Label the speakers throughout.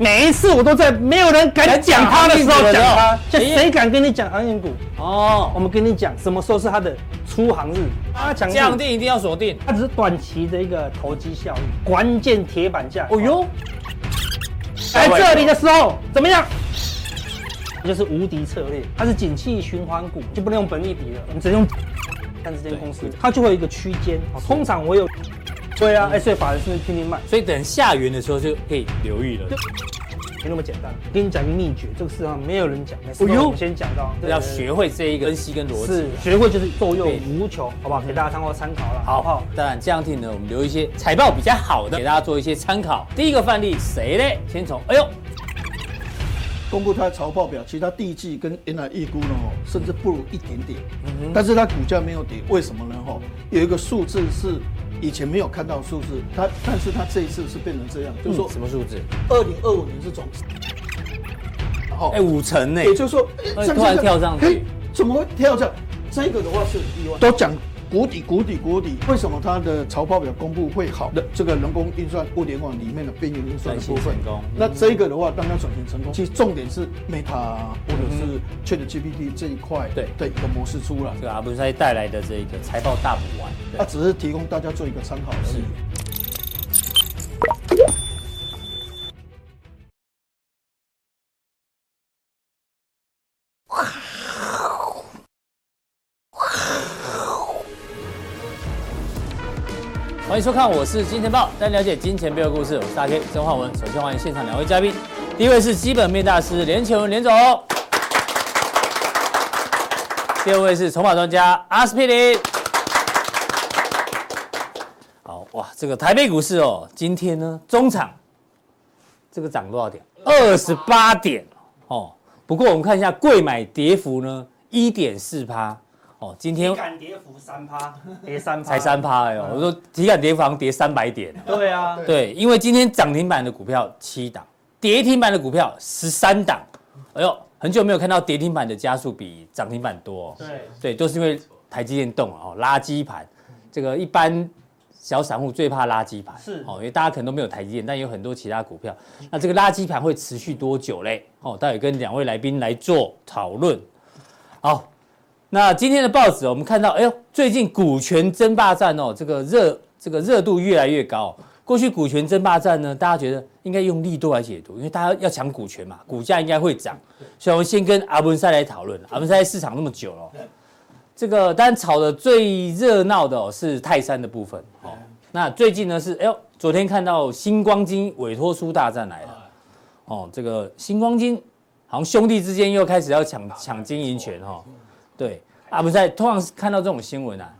Speaker 1: 每一次我都在没有人敢讲它的时候讲
Speaker 2: 敢讲哎
Speaker 1: 它
Speaker 2: 它，
Speaker 1: 现在谁敢跟你讲航运股？我
Speaker 2: 哦，
Speaker 1: 们跟你讲什么时候是它的出航日，它强
Speaker 2: 这
Speaker 1: 势
Speaker 2: 样定一定要锁定。
Speaker 1: 它只是短期的一个投机效应，关键铁板价。
Speaker 2: 哦呦，哎
Speaker 1: 来这里的时候怎么样？就是无敌策略，它是景气循环股，就不能用本益比了，我们只能用看这间公司，它就会有一个区间。
Speaker 2: 哦
Speaker 1: 好通常我有，对啊，哎，所以法人是不是拼命卖？
Speaker 2: 所以等下雨的时候就可以留意了，
Speaker 1: 没那么简单。跟你讲一个秘诀，这个世上没有人讲，每次
Speaker 2: 哦呦
Speaker 1: 我们先讲到，对
Speaker 2: 要学会这一个分析跟逻辑
Speaker 1: 是。学会就是受用
Speaker 2: 对
Speaker 1: 无穷，好不好？给大家参考参考了，好不好
Speaker 2: 好？，当然这样听呢，我们留一些财报比较好的给大家做一些参考。第一个范例谁嘞？先从哎呦，
Speaker 3: 公布它的财报表，其实它第一季跟原来预估呢，哦甚至不如一点点。但是它股价没有跌，为什么呢？哈，有一个数字是以前没有看到的数字，它但是它这一次是变成这样，就是说
Speaker 2: 嗯什么数字？
Speaker 3: 二零二五年是总，哦
Speaker 2: 哎，五成呢？
Speaker 3: 也就是说，
Speaker 2: 哎
Speaker 3: 哎
Speaker 2: 突然跳上去，
Speaker 3: 哎怎么会跳上？这个的话是很意外，都讲谷底、谷底、谷底。为什么它的财报表公布会好的？这个人工运算物联网里面的边缘运算的部分
Speaker 2: 转型成功嗯
Speaker 3: 那这个的话，当它转型成功，其实重点是 Meta 或者是 ChatGPT 这一块
Speaker 2: 对
Speaker 3: 的一个模式出来。
Speaker 2: 这个阿布塞带来的这个财报大补丸。对
Speaker 3: 它只是提供大家做一个参考而已。
Speaker 2: 欢迎收看，我是金钱豹，带你了解金钱背后的故事。我是大 K 曾焕文。首先欢迎现场两位嘉宾，第一位是基本面大师连前文连总，第二位是筹码专家阿司匹林。好哇，这个台北股市哦，今天呢中场这个涨多少点？二十八点哦。不过我们看一下贵买跌幅呢，一点四趴哦。今天
Speaker 1: 体感跌幅三趴，跌三趴，
Speaker 2: 才三趴哎哦，我说体感跌幅好像跌三百点。
Speaker 1: 对啊，
Speaker 2: 对，因为今天涨停板的股票七档，跌停板的股票十三档。哎呦，很久没有看到跌停板的加速比涨停板多、哦。
Speaker 1: 对，
Speaker 2: 对，都是因为台积电动了哦，垃圾盘。这个一般小散户最怕垃圾盘，
Speaker 1: 是
Speaker 2: 哦，因为大家可能都没有台积电，但有很多其他股票。那这个垃圾盘会持续多久嘞？哦，待会跟两位来宾来做讨论。好，那今天的报纸哦我们看到，哎呦，最近股权争霸战哦，这个热这个热度越来越高哦、过去股权争霸战呢，大家觉得应该用利多来解读，因为大家要抢股权嘛，股价应该会涨。所以我们先跟阿文塞来讨论。阿文塞在市场那么久了哦、这个当然炒的最热闹的、哦、是泰山的部分。哦，那最近呢是，哎呦，昨天看到星光金委托书大战来
Speaker 3: 哎
Speaker 2: 了。哦，这个星光金好像兄弟之间又开始要抢抢经营权哦。对，啊不是，通常是看到这种新闻啊，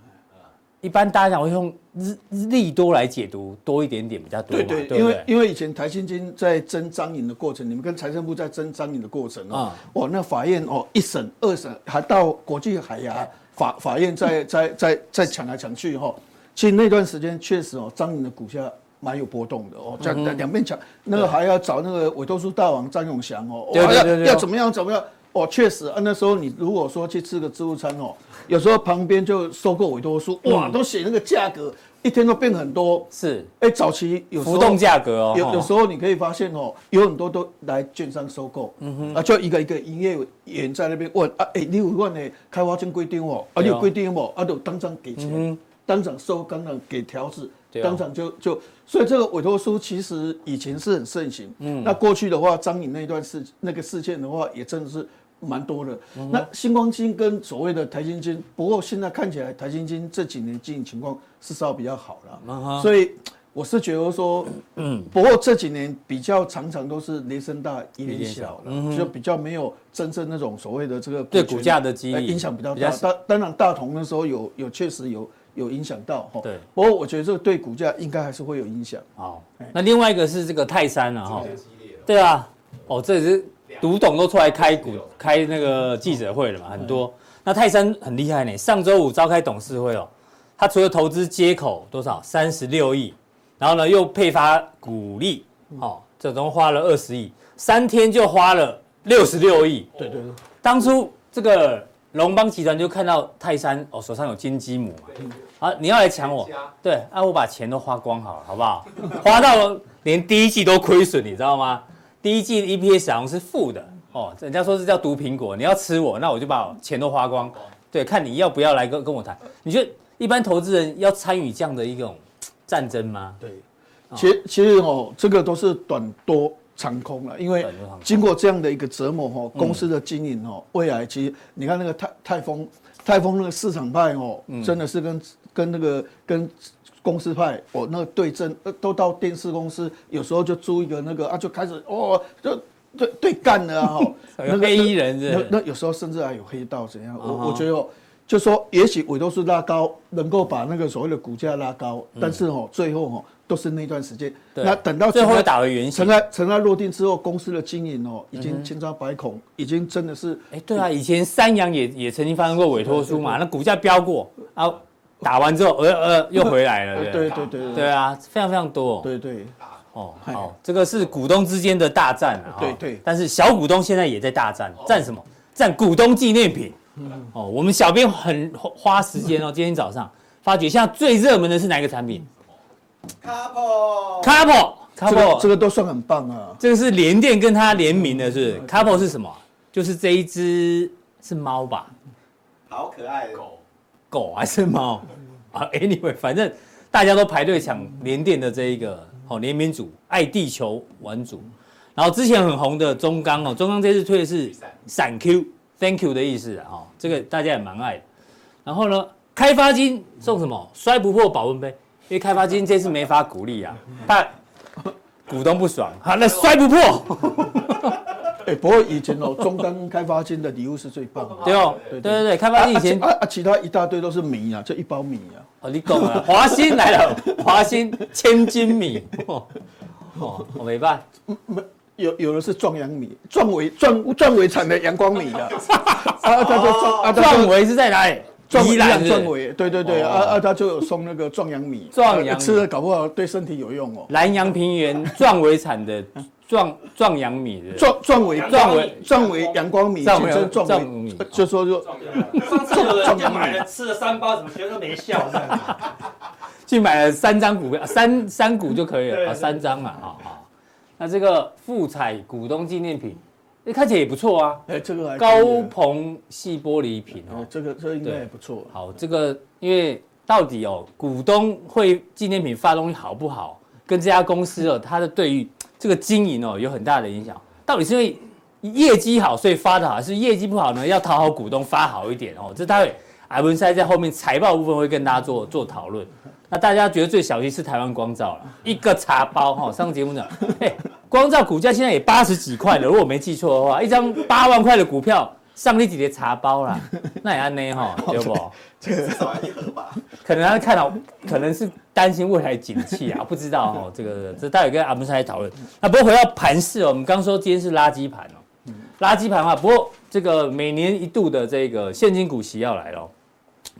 Speaker 2: 一般大家讲会用日日利多来解读多一点点比较多嘛，对不
Speaker 3: 因为
Speaker 2: 对？
Speaker 3: 因为以前台新金在争张颖的过程，你们跟财政部在争张颖的过程
Speaker 2: 啊
Speaker 3: 哦，哦，那法院哦一审、二审还到国际海牙法法 院在在在在抢来抢去哈、哦。其实那段时间确实哦，张颖的股价蛮有波动的哦，这
Speaker 2: 嗯
Speaker 3: 样两边抢，那个还要找那个委托书大王张永祥哦，
Speaker 2: 对对
Speaker 3: 哦要
Speaker 2: 对对
Speaker 3: 要
Speaker 2: 对
Speaker 3: 怎么样怎么样。哦，确实啊，那时候你如果说去吃个自助餐哦，有时候旁边就收购委托书，
Speaker 2: 嗯
Speaker 3: 哇，都写那个价格，一天都变很多。
Speaker 2: 是
Speaker 3: 哎，早期有时候
Speaker 2: 浮动价格哦，
Speaker 3: 有
Speaker 2: 哦
Speaker 3: 有时候你可以发现哦，有很多都来券商收购，
Speaker 2: 嗯
Speaker 3: 啊，就一个一个营业员在那边问啊，哎、你有问的开发证规定哦，啊，
Speaker 2: 对哦嗯
Speaker 3: 你有规定哦，啊，就当场给钱，当场收，当场给条子
Speaker 2: 对哦，
Speaker 3: 当场就就，所以这个委托书其实以前是很盛行，嗯，那过去的话，张颖那段事那个事件的话，也真的是。蛮多的，
Speaker 2: 嗯
Speaker 3: 那星光金跟所谓的台新金，不过现在看起来台新金这几年经营情况是稍微比较好
Speaker 2: 嗯
Speaker 3: 了，所以我是觉得说，嗯，不过这几年比较常常都是雷声大雨点小了，就比较没有真正那种所谓的这个
Speaker 2: 嗯对
Speaker 3: 权
Speaker 2: 股价的激励
Speaker 3: 呃影响比较
Speaker 2: 比较
Speaker 3: 大。当当然大同那时候有有确实有有影响到哈，
Speaker 2: 对
Speaker 3: 不过我觉得这个对股价应该还是会有影响。
Speaker 2: 好，哦
Speaker 3: 哎
Speaker 2: 那另外一个是这个泰山了、哈，对啊，哦，这也是读懂都出来开股开那个记者会了嘛，很多。那泰山很厉害呢，上周五召开董事会哦，他除了投资接口多少三十六亿，然后呢又配发股利，
Speaker 3: 嗯
Speaker 2: 哦，这总共花了二十亿，三天就花了六十六亿。
Speaker 3: 对对对，
Speaker 2: 当初这个龙邦集团就看到泰山哦手上有金鸡母嘛，啊，你要来抢我，对， 啊，我把钱都花光好了，好不好？花到连第一季都亏损，你知道吗？第一季的 EPS 好像是负的哦，人家说是叫毒苹果，你要吃我，那我就把我钱都花光。对，看你要不要来跟跟我谈。你觉得一般投资人要参与这样的一种战争吗？
Speaker 3: 对，
Speaker 2: 啊
Speaker 3: 其其实哦，这个都是短多长空了，因为
Speaker 2: 短多长空嗯
Speaker 3: 经过这样的一个折磨哦，公司的经营哦，未来其实你看那个泰泰丰泰丰那个市场派哦，
Speaker 2: 嗯
Speaker 3: 真的是跟跟那个跟。公司派，我、那个对阵，呃都到电视公司，有时候就租一个那个啊，就开始哦，就对对干了啊，吼
Speaker 2: 有黑衣人是不
Speaker 3: 那
Speaker 2: 是
Speaker 3: 那有时候甚至还有黑道怎样？
Speaker 2: 啊
Speaker 3: 我我觉得哦，就说也许委托数拉高，能够把那个所谓的股价拉高，但是哦，最后哦都是那段时间。
Speaker 2: 嗯对
Speaker 3: 那等到
Speaker 2: 最后
Speaker 3: 尘埃
Speaker 2: 会打嗯回原形
Speaker 3: 尘埃尘埃落定之后，公司的经营哦已经千疮百孔，已经真的是
Speaker 2: 哎，对啊，以前三洋也也曾经发生过委托书嘛，那股价飙过啊，打完之后呃呃又回来了，
Speaker 3: 呃
Speaker 2: 对
Speaker 3: 对
Speaker 2: 不
Speaker 3: 对对
Speaker 2: 对啊，非常非常多。
Speaker 3: 对对
Speaker 2: 哦，
Speaker 3: 哎
Speaker 2: 好，这个是股东之间的大战啊。
Speaker 3: 对
Speaker 2: 哦
Speaker 3: 对哦
Speaker 2: 但是小股东现在也在大战，战什么？战股东纪念品。
Speaker 3: 嗯
Speaker 2: 哦，我们小编很花花时间 哦，今天早上发觉现在最热门的是哪一个产品
Speaker 3: 嗯这个这
Speaker 2: ？Couple，Couple，Couple，
Speaker 3: 个都算很棒啊。
Speaker 2: 这个是联电跟它联名的，
Speaker 3: 嗯
Speaker 2: 是不是 Couple 是什么？就是这一只是猫吧？
Speaker 4: 好可爱的狗，
Speaker 2: 狗 还是猫啊？Anyway，反正大家都排队抢联电的这一个哦联名组，爱地球玩组。然后之前很红的中钢哦，中钢这次推的是闪 Q，Thank you 的意思啊哦，这个大家也蛮爱的。然后呢，开发金送什么？摔不破保温杯，因为开发金这次没发鼓励啊，怕股东不爽。好，那摔不破，
Speaker 3: 哎，不过以 前哦，中钢开发金的礼物是最棒的。
Speaker 2: 对哦，对对对，开发金以前
Speaker 3: 啊啊啊，其他一大堆都是米啊，这一包米啊。
Speaker 2: 哦，你懂 了，华兴来了，华兴千金米，哦，哦我没办，
Speaker 3: 没有有的是壮阳米，壮伟壮壮伟产的阳光米的，啊，他就壮啊，他
Speaker 2: 壮
Speaker 3: 就
Speaker 2: 维是在哪里？
Speaker 3: 壮
Speaker 2: 宜兰
Speaker 3: 阳
Speaker 2: 是
Speaker 3: 壮
Speaker 2: 不是
Speaker 3: 伟，对对对，
Speaker 2: 哦
Speaker 3: 啊啊，他就有送那个壮阳米，
Speaker 2: 壮阳
Speaker 3: 啊吃了搞不好对身体有用哦。
Speaker 2: 南洋平原壮维产的壮壮阳米的，
Speaker 3: 壮壮伟
Speaker 2: 壮
Speaker 3: 壮
Speaker 2: 伟
Speaker 3: 伟壮伟阳光米，
Speaker 2: 壮伟
Speaker 3: 简称
Speaker 2: 壮
Speaker 3: 壮
Speaker 2: 米
Speaker 3: 伟，就说就
Speaker 1: 上次有人就买了吃了三包，怎么学都没笑这样子。
Speaker 2: 去买了三张股票，啊三三股就可以
Speaker 1: 对
Speaker 2: 了，啊，三张嘛，好好。那这个富彩股东纪念品，哎，看起来也不错啊，
Speaker 3: 哎这个还可以啊
Speaker 2: 高硼细玻璃瓶哦
Speaker 3: 哦，，这个这个应该也不错。
Speaker 2: 好，这个因为到底哦，股东会纪念品发东西好不好，跟这家公司哦，它的对于这个经营哦有很大的影响。到底是因为业绩好所以发的好，还是业绩不好呢？要讨好股东发好一点哦。这待会艾文塞在后面财报部分会跟大家做做讨论。那大家觉得最小心是台湾光照了，一个茶包哈、哦，上节目讲，哎，光照股价现在也八十几块了，如果我没记错的话，一张八万块的股票上你几碟茶包啦，那也安内哈，对不？
Speaker 4: 至少一盒吧。
Speaker 2: 可能他看到，可能是担心未来景气啊，不 知道哦。这个这待会跟阿姆斯来讨论。那不过回到盘市哦，我们刚说今天是垃圾盘哦，垃圾盘啊。不过这个每年一度的这个现金股息要来了哦，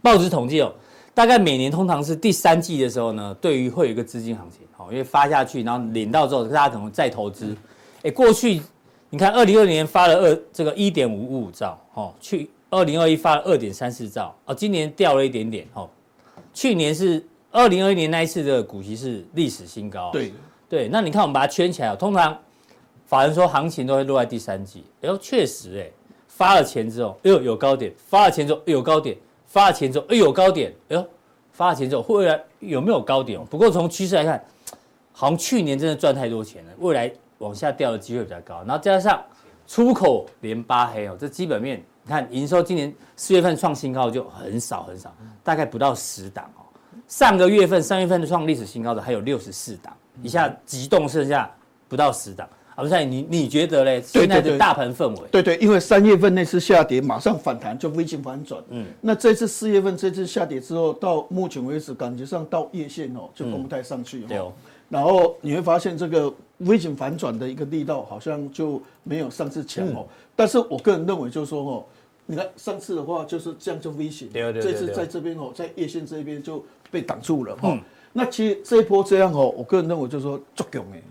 Speaker 2: 报纸统计哦，大概每年通常是第三季的时候呢，对于会有一个资金行情哦，因为发下去，然后领到之后，大家可能再投资。哎，过去你看，二零二零年发了二这个一点五五五兆哦，去二零二一发了二点三四兆哦，今年掉了一点点哦。去年是二零二一年那一次的股息是历史新高，啊
Speaker 3: 对，
Speaker 2: 对，那你看我们把它圈起来哦，通常法人说行情都会落在第三季，哎呦，确实哎，发了钱之后，哎呦有高点，发了钱之后哎有高点，发了钱之后哎有高点，哎呦，发了钱之后未来有没有高点哦？不过从趋势来看，好像去年真的赚太多钱了，未来往下掉的机会比较高，然后加上出口连八黑哦，这基本面你看营收今年四月份创新高就很少很少，大概不到十档哦。上个月份三月份创历史新高的还有六十四档，一下急冻剩下不到十档。啊，不是你你觉得嘞？
Speaker 3: 对
Speaker 2: 现在
Speaker 3: 对
Speaker 2: 的
Speaker 3: 对
Speaker 2: 大盘氛围，
Speaker 3: 对对，因为三月份那次下跌马上反弹，就微型反转。嗯，那这次四月份这次下跌之后，到目前为止感觉上到月线哦就攻不太上去、哦
Speaker 2: 对哦
Speaker 3: 然后你会发现这个微型反转的一个力道好像就没有上次强
Speaker 2: 嗯
Speaker 3: 哦。但是我个人认为就是说哦。你看上次的话就是这样就微型，
Speaker 2: 对哦对哦嗯
Speaker 3: 这次
Speaker 2: 对哦
Speaker 3: 在这边哦，在月线这边就被挡住了哈、那其实这一波这样哦，我个人认为就是说作用哎，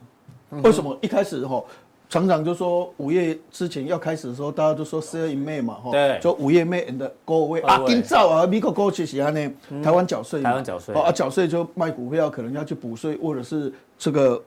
Speaker 2: 嗯
Speaker 3: 为什么一开始哈，厂长就说五月之前要开始的时候，大家都说 sell in May 嘛，哈
Speaker 2: 哦对
Speaker 3: 就五月 May and go away
Speaker 2: 啊
Speaker 3: 啊，
Speaker 2: 对
Speaker 3: 今早啊，美国过去是安呢，台湾缴税
Speaker 2: 嗯
Speaker 3: 嘛，
Speaker 2: 台湾缴税
Speaker 3: 哦啊，缴税就卖股票可能要去补税，或者是这个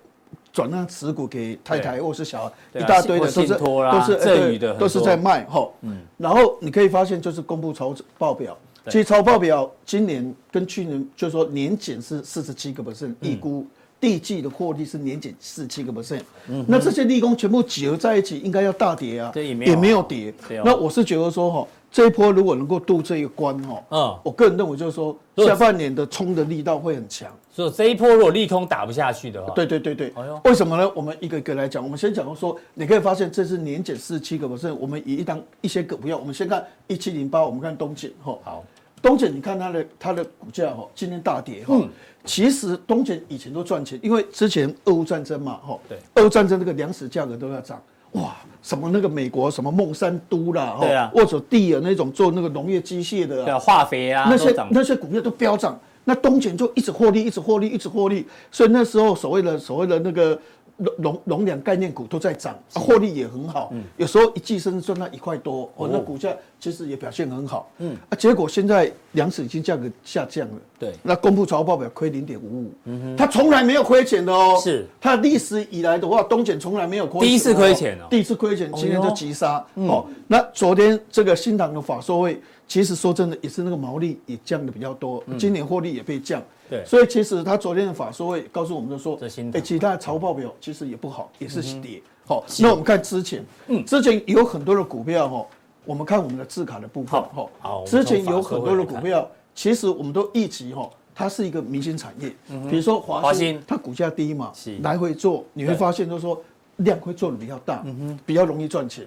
Speaker 3: 转让持股给太太或是小孩，
Speaker 2: 对
Speaker 3: 一
Speaker 2: 啊
Speaker 3: 大堆的
Speaker 2: 信
Speaker 3: 都是
Speaker 2: 信托啦
Speaker 3: 都是哎
Speaker 2: 赠与的很多
Speaker 3: 都是在卖哈。
Speaker 2: 嗯
Speaker 3: 然后你可以发现，就是公布财务报表，其实财务报表今年跟去年就是说年减是四十七个 percent，预
Speaker 2: 嗯
Speaker 3: 估。第一季的获利是年减四七个 percent，那这些利空全部结合在一起，应该要大跌啊，
Speaker 2: 嗯对也没有
Speaker 3: 也没有跌
Speaker 2: 对哦。
Speaker 3: 那我是觉得说哈，这一波如果能够渡这一关哈，
Speaker 2: 嗯
Speaker 3: 我个人认为就是说
Speaker 2: 如果
Speaker 3: 下半年的冲的力道会很强。
Speaker 2: 所以这一波如果利空打不下去的话，
Speaker 3: 对对对对
Speaker 2: 哎呦，
Speaker 3: 为什么呢？我们一个一个来讲。我们先讲说，你可以发现这是年减四七个 percent。我们以一档一些个股票，我们先看一七零八，我们看东碱哈。
Speaker 2: 好，
Speaker 3: 东碱你看它的它的股价哈，今天大跌哈。
Speaker 2: 嗯
Speaker 3: 其实东碱以前都赚钱，因为之前俄乌战争嘛哈。
Speaker 2: 对。
Speaker 3: 俄乌战争那个粮食价格都要涨，哇，什么那个美国什么孟山都啦，
Speaker 2: 对啊
Speaker 3: 或者地尔那种做那个农业机械的
Speaker 2: 对啊，化肥啊
Speaker 3: 那
Speaker 2: 都
Speaker 3: 些
Speaker 2: 涨，
Speaker 3: 那些股票都飙涨，那东碱就一直获利，一直获利，一直获利，所以那时候所谓的所谓的那个农农农粮概念股都在涨，啊获利也很好，
Speaker 2: 嗯
Speaker 3: 有时候一季甚至赚到一块多，哦，那股价其实也表现很好，嗯，啊，结果现在粮食已经价格下降了，
Speaker 2: 对嗯
Speaker 3: 那公布财务报表亏零点五五，它从来没有亏钱的哦，
Speaker 2: 是
Speaker 3: 它历史以来的话，东碱从来没有亏钱的哦，
Speaker 2: 第一次亏钱哦
Speaker 3: 第一次亏钱，今天就急杀。哦，那昨天这个新塘的法说会，其实说真的也是那个毛利也降的比较多，今年获利也被降。
Speaker 2: 嗯对
Speaker 3: 所以其实他昨天的法说会告诉我们就说
Speaker 2: 这新，嗯塘
Speaker 3: 哎，其他的财务报表其实也不好，也是跌。好，那我们看之前，
Speaker 2: 嗯
Speaker 3: 之前有很多的股票哈，我们看我们的字卡的部分
Speaker 2: 好
Speaker 3: 哈
Speaker 2: 好我，们
Speaker 3: 之前
Speaker 2: 从
Speaker 3: 有
Speaker 2: 法说
Speaker 3: 很
Speaker 2: 会
Speaker 3: 多的
Speaker 2: 来
Speaker 3: 股
Speaker 2: 看
Speaker 3: 票，其实我们都预期哈。它是一个明星产业，比如说
Speaker 2: 嗯华
Speaker 3: 华
Speaker 2: 兴
Speaker 3: 兴，它股价低嘛
Speaker 2: 是，
Speaker 3: 来回做，你会
Speaker 2: 对
Speaker 3: 发现就是说量会做的比较大，
Speaker 2: 嗯
Speaker 3: 比较容易赚钱。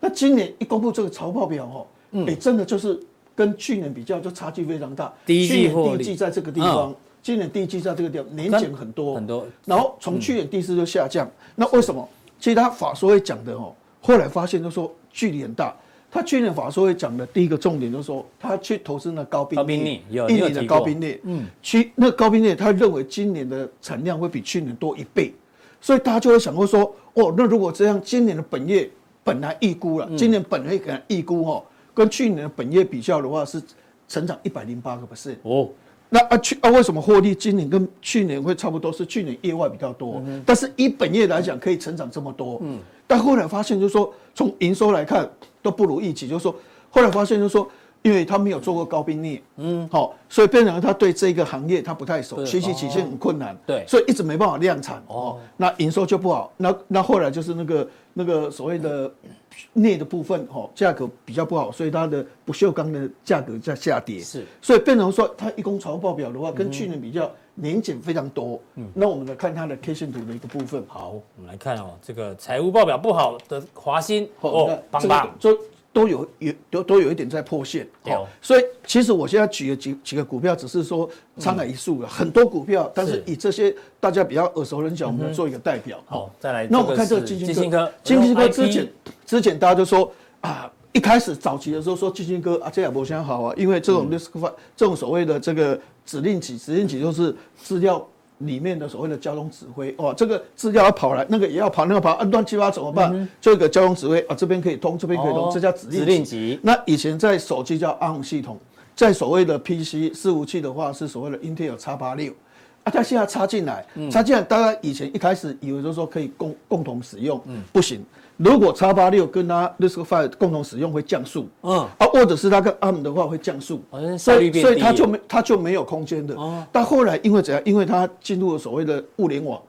Speaker 3: 那今年一公布这个财报表哦，
Speaker 2: 嗯
Speaker 3: 哎、真的就是跟去年比较就差距非常大。
Speaker 2: 第一季
Speaker 3: 去年
Speaker 2: 获
Speaker 3: 第
Speaker 2: 利嗯
Speaker 3: 一季在这个地方，今年第一季在这个地方年减很多
Speaker 2: 很多嗯
Speaker 3: 然后从去年第四就下降。那为什么？其实他法说会讲的哦，后来发现就说距离很大。他去年法说会讲的第一个重点就是说，他去投资那高
Speaker 2: 高
Speaker 3: 冰
Speaker 2: 冰
Speaker 3: 利
Speaker 2: 利有，你
Speaker 3: 印
Speaker 2: 有
Speaker 3: 尼的
Speaker 2: 提
Speaker 3: 高
Speaker 2: 过
Speaker 3: 冰利，嗯，去那高冰利他认为今年的产量会比去年多一倍，所以大家就会想过说，哦，那如果这样，今年的本业本来预
Speaker 2: 嗯
Speaker 3: 估了，今年本业可能预估哦，跟去年的本业比较的话是成长一百零八个 percent，
Speaker 2: 哦，
Speaker 3: 那啊去啊，为什么获利今年跟去年会差不多？是去年业外比较
Speaker 2: 嗯
Speaker 3: 多，但是以本业来讲可以成长这么多。嗯，但后来发现就是说，从营收来看都不如预期，就是说后来发现就是说，因为他没有做过高冰镍，嗯，好、所以变成他对这个行业他不太熟，
Speaker 2: 对哦
Speaker 3: 学习曲线很困难，
Speaker 2: 对
Speaker 3: 所以一直没办法量产。
Speaker 2: 哦
Speaker 3: 哦，那营收就不好。那那后来就是那个那个所谓的镍的部分，哦，价格比较不好，所以它的不锈钢的价格在下跌。
Speaker 2: 是，嗯
Speaker 3: 所以变成说，它一公财务报表的话，跟去年比较年减非常多。嗯，那我们来看它的 K 线图的一个部分。
Speaker 2: 好，我们来看哦，这个财务报表不好的华兴
Speaker 3: 哦，
Speaker 2: 哦，
Speaker 3: 那这
Speaker 2: 棒
Speaker 3: 个
Speaker 2: 棒，
Speaker 3: 都都有有都都有一点在破线，
Speaker 2: 对哦
Speaker 3: 哦，所以其实我现在举了几几个股票，只是说沧海一粟了，很多股票，但是
Speaker 2: 嗯是嗯
Speaker 3: 以这些大家比较耳熟能详，我们来做一个代表。
Speaker 2: 好再来
Speaker 3: 那我们看
Speaker 2: 这个
Speaker 3: 这个
Speaker 2: 是
Speaker 3: 金
Speaker 2: 基
Speaker 3: 星
Speaker 2: 辛科哦
Speaker 3: 哥，金星
Speaker 2: 我
Speaker 3: 哥
Speaker 2: 用 IP
Speaker 3: 之前之前大家就说啊。一开始早期的时候说基金哥啊，这也不相好啊，因为这
Speaker 2: 嗯
Speaker 3: 种 risk fund 这种所谓的这个指令集，指令集就是资料里面的所谓的交通指挥哦，这个资料要跑来，那个也要跑，那个跑，啊乱七八怎么办？这个交通指挥啊，这边可以通，这边可以
Speaker 2: 嗯哦
Speaker 3: 通，这叫指令
Speaker 2: 指令集
Speaker 3: 那以前在手机叫 ARM 系统，在所谓的 PC 伺服器的话是所谓的 Intel x 八六，啊，它现在插进来，
Speaker 2: 嗯
Speaker 3: 插进来，大家以前一开始以为就是说可以共共同使用，
Speaker 2: 嗯
Speaker 3: 不行。如果 x 八六跟它 RISC-V 共同使用会降速，
Speaker 2: 嗯
Speaker 3: 嗯，啊，或者是它跟 ARM 的话会降速
Speaker 2: 哦那，效
Speaker 3: 所
Speaker 2: 率
Speaker 3: 以
Speaker 2: 变
Speaker 3: 所以
Speaker 2: 低
Speaker 3: 它
Speaker 2: 了
Speaker 3: 就没它就没有空间的。
Speaker 2: 哦
Speaker 3: 但后来因为怎样？因为它进入了所谓的物联网，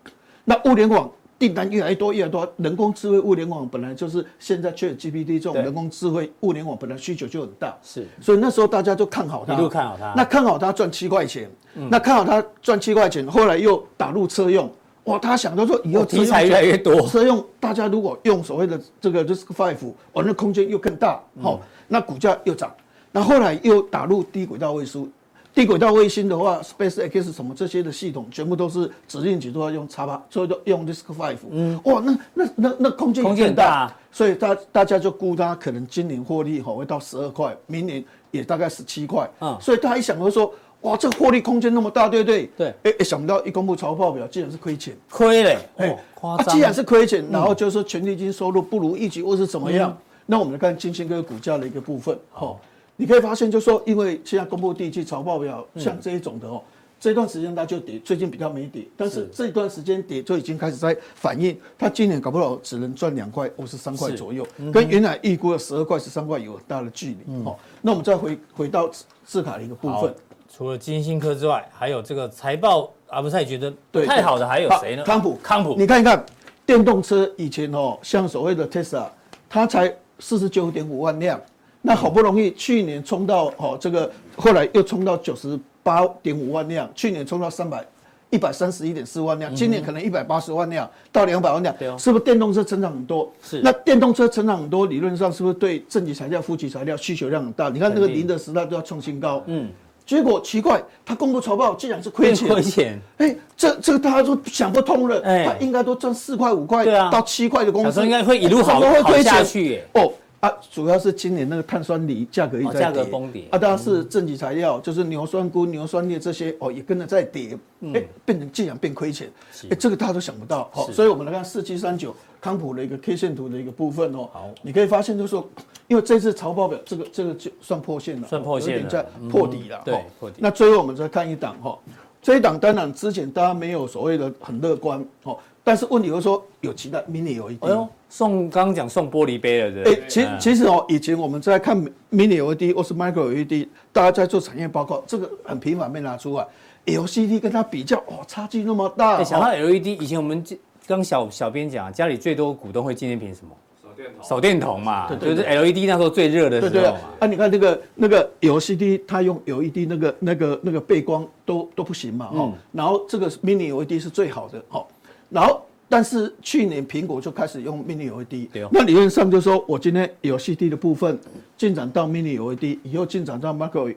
Speaker 3: 那物联网订单越来越多，越来越多。人工智慧物联网本来就是现在 ChatGPT 这种
Speaker 2: 对
Speaker 3: 人工智慧物联网本来需求就很大，
Speaker 2: 是
Speaker 3: 所以那时候大家就看好它，
Speaker 2: 一路看好它嗯
Speaker 3: 那看好它赚七块钱，那看好它赚七块钱，后来又打入车用。哇，他想到说以后
Speaker 2: 哦题材越来越多
Speaker 3: 车用大家如果用所谓的这个 risk five，哦，那空间又更大，
Speaker 2: 嗯
Speaker 3: 好、那股价又涨。那后来又打入低轨道卫星，低轨道卫星的话，SpaceX 什么这些的系统，全部都是指令集都要用叉八，所以都用 risk five。嗯，哇，那那那那空间也
Speaker 2: 空间
Speaker 3: 更
Speaker 2: 很大啊
Speaker 3: 所以大大家就估它可能今年获利吼会到十二块，明年也大概十七块。
Speaker 2: 嗯
Speaker 3: 所以大家一想到说，哇，这获利空间那么大，对不对？
Speaker 2: 对
Speaker 3: 哎、哎想不到一公布财报表，竟然是亏钱。
Speaker 2: 亏嘞，哦
Speaker 3: 哎，，
Speaker 2: 夸
Speaker 3: 啊，既然
Speaker 2: 张，
Speaker 3: 是亏钱，然后就是说权利金收入不如预期或是怎么
Speaker 2: 嗯
Speaker 3: 样，那我们来看金星哥股价的一个
Speaker 2: 嗯
Speaker 3: 部分。好，你可以发现，就是说因为现在公布第一季财报表，像这一种的哦，这段时间它就跌，最近比较没跌，但是这段时间跌就已经开始在反映，它今年搞不好只能赚两块或是三块
Speaker 2: 是嗯
Speaker 3: 左右，跟原来预估的十二块、十三块有很大的距离。哦，那我们再回回到智卡的一个部
Speaker 2: 好
Speaker 3: 分，，
Speaker 2: 除了金星科之外，还有这个财报啊阿布赛觉得
Speaker 3: 对
Speaker 2: 太好的还有谁呢？
Speaker 3: 啊康普
Speaker 2: 康普
Speaker 3: 你看一看电动车以前哦，像所谓的 Tesla，它才四十九点五万辆，那好不容易去年冲到哦这个，后来又冲到九十八点五万辆，去年冲到三百。一百三十一点四万辆，今年可能一百八十万辆到两百万辆
Speaker 2: 嗯对哦，
Speaker 3: 是不是电动车成长很多？
Speaker 2: 是
Speaker 3: 那电动车成长很多，理论上是不是对正极材料、负极材料需求量很大？你看那个
Speaker 2: 肯定
Speaker 3: 宁德时代都要创新高，嗯，结果奇怪，它公布财报竟然是亏
Speaker 2: 变
Speaker 3: 钱，
Speaker 2: 亏钱，
Speaker 3: 哎，这这个大家都想不通了，
Speaker 2: 哎
Speaker 3: 他应该都赚四块五块
Speaker 2: 对啊
Speaker 3: 到七块的工
Speaker 2: 小时
Speaker 3: 资，哎
Speaker 2: 候应该会一路好
Speaker 3: 怎么会
Speaker 2: 好
Speaker 3: 亏
Speaker 2: 下
Speaker 3: 钱
Speaker 2: 去耶。
Speaker 3: 哦啊，主要是今年那个碳酸锂价格一直在
Speaker 2: 哦价格崩跌嗯
Speaker 3: 啊，当然是正极材料，就是牛酸钴、牛酸镍这些哦，也跟着在跌，
Speaker 2: 嗯
Speaker 3: 哎，变成竟然变亏钱，哎，这个大家都想不到，好，所以我们来看四七三九康普的一个 K 线图的一个部分哦，好，你可以发现就是说，因为这次潮报表这个这个就算破线了，
Speaker 2: 算破线了嗯
Speaker 3: 有点在破底了，
Speaker 2: 对
Speaker 3: 哦
Speaker 2: 破底
Speaker 3: 那最后我们再看一档哈，这一档当然之前大家没有所谓的很乐观哦，但是问题就是说有其他 mini 有一
Speaker 2: 哎呦
Speaker 3: 定。，
Speaker 2: 送刚刚讲送玻璃杯了，对不
Speaker 3: E 哎、
Speaker 2: 对？
Speaker 3: 其
Speaker 2: 嗯
Speaker 3: 其实哦，以前我们在看 mini LED E 或是 micro LED，大家在做产业报告，这个很频繁被拿出来。LCD 跟它比较，哇、差距那么大。
Speaker 2: 哎想到
Speaker 3: 哦
Speaker 2: LED，以前我们这刚小小编讲啊，家里最多股东会纪念品是什么？
Speaker 4: 手电筒，
Speaker 2: 手电筒嘛，
Speaker 3: 对
Speaker 2: 就
Speaker 3: 对
Speaker 2: 是 LED 那时候最热的
Speaker 3: 对
Speaker 2: 时
Speaker 3: 对
Speaker 2: 候
Speaker 3: 啊
Speaker 2: 嘛。，
Speaker 3: 啊你看那个那个 LCD，它用 LED 那个那个那个背光都都不行嘛，
Speaker 2: 嗯
Speaker 3: 哦，然后这个 mini LED 是最好的，哦，然后但是去年苹果就开始用 mini
Speaker 2: 对
Speaker 3: LED，、
Speaker 2: 哦
Speaker 3: 那理论上就说我今天 LCD 的部分进展到 mini LED，以后进展到 micro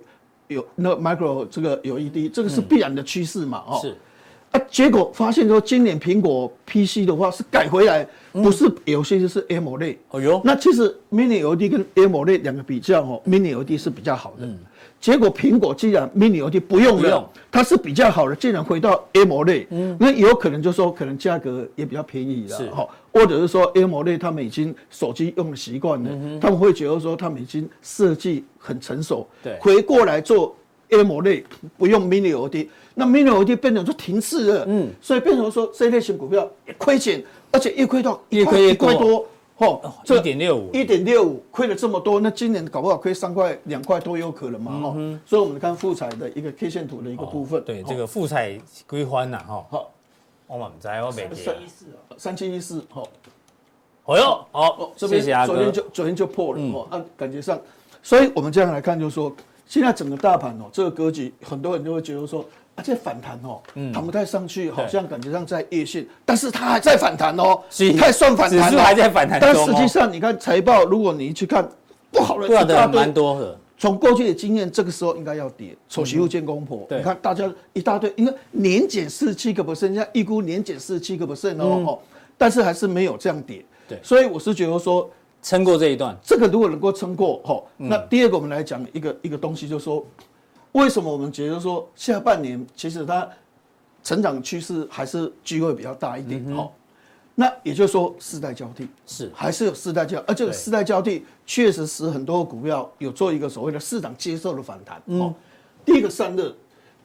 Speaker 3: 有那个 micro 这个 LED，这个是必然的趋势嘛，
Speaker 2: 嗯
Speaker 3: 哦，
Speaker 2: 是，
Speaker 3: 啊，结果发现说今年苹果 PC 的话是改回来，
Speaker 2: 嗯
Speaker 3: 不是 LCD 是 AMOLED。
Speaker 2: 哦哟，
Speaker 3: 那其实 Mini LED 跟 AMOLED 两个比较哦，Mini LED 是比较好的。结果苹果既然 Mini LED 不
Speaker 2: 嗯
Speaker 3: 用
Speaker 2: 不
Speaker 3: 了，
Speaker 2: 用嗯
Speaker 3: 它是比较好的，竟然回到 AMOLED，、那有可能就说可能价格也比较便宜了
Speaker 2: 是
Speaker 3: 哈，或者是说 AMOLED 他们已经手机用的习惯了，
Speaker 2: 嗯
Speaker 3: 他们会觉得说他们已经设计很成熟，
Speaker 2: 对
Speaker 3: 回过来做 AMOLED 不用 Mini LED，那 Mini LED 变成就停滞了，嗯，所以变成说这类型股票也亏钱，而且越亏到
Speaker 2: 越亏越
Speaker 3: 一块
Speaker 2: 多
Speaker 3: 多。哦
Speaker 2: 哦，
Speaker 3: 这
Speaker 2: 1.65
Speaker 3: 一点六五亏了这么多，那今年搞不好亏三块两块都有可能嘛，哦，所以我们看富彩的一个 K 线图的一个部分，
Speaker 2: 嗯对
Speaker 3: 哦
Speaker 2: 这个富彩归还呐，哈，
Speaker 3: 好
Speaker 2: 我嘛唔知，我没记啊。
Speaker 3: 三七一四，好，
Speaker 2: 哦哟，好
Speaker 3: 哦，，这
Speaker 2: 谢
Speaker 3: 边
Speaker 2: 谢阿
Speaker 3: 昨
Speaker 2: 哥嗯
Speaker 3: 天。就昨天就破了哦，那感觉上，所以我们这样来看，就是说现在整个大盘哦，这个格局，很多人就会觉得说，啊，这反弹哦，
Speaker 2: 嗯
Speaker 3: 谈不太上去，好像感觉上在夜线，但是它还在反弹哦
Speaker 2: 是，
Speaker 3: 它还算反弹哦，
Speaker 2: 指数还在反弹中
Speaker 3: 但
Speaker 2: 哦
Speaker 3: 实际上你看财报，如果你去看不好的
Speaker 2: 对啊，
Speaker 3: 一大
Speaker 2: 的
Speaker 3: 堆
Speaker 2: 蛮多的，
Speaker 3: 从过去的经验，这个时候应该要跌，丑媳妇见公婆。
Speaker 2: 嗯对
Speaker 3: 你看大家一大堆，因为年减四七个 percent，人家预估年减四七个 percent 哦、哦，但是还是没有这样跌。
Speaker 2: 嗯对
Speaker 3: 所以我是觉得说，
Speaker 2: 撑过这一段。
Speaker 3: 这个如果能够撑过哦，那
Speaker 2: 嗯
Speaker 3: 第二个我们来讲一个一个东西，就是说为什么我们觉得说下半年其实它成长趋势还是机会比较大一点
Speaker 2: 嗯
Speaker 3: 哦。那也就是说，世代交替
Speaker 2: 是
Speaker 3: 还是有世代交，而呃这个
Speaker 2: 对
Speaker 3: 世代交替确实使很多股票有做一个所谓的市场接受的反弹。
Speaker 2: 嗯
Speaker 3: 哦，第一个散热，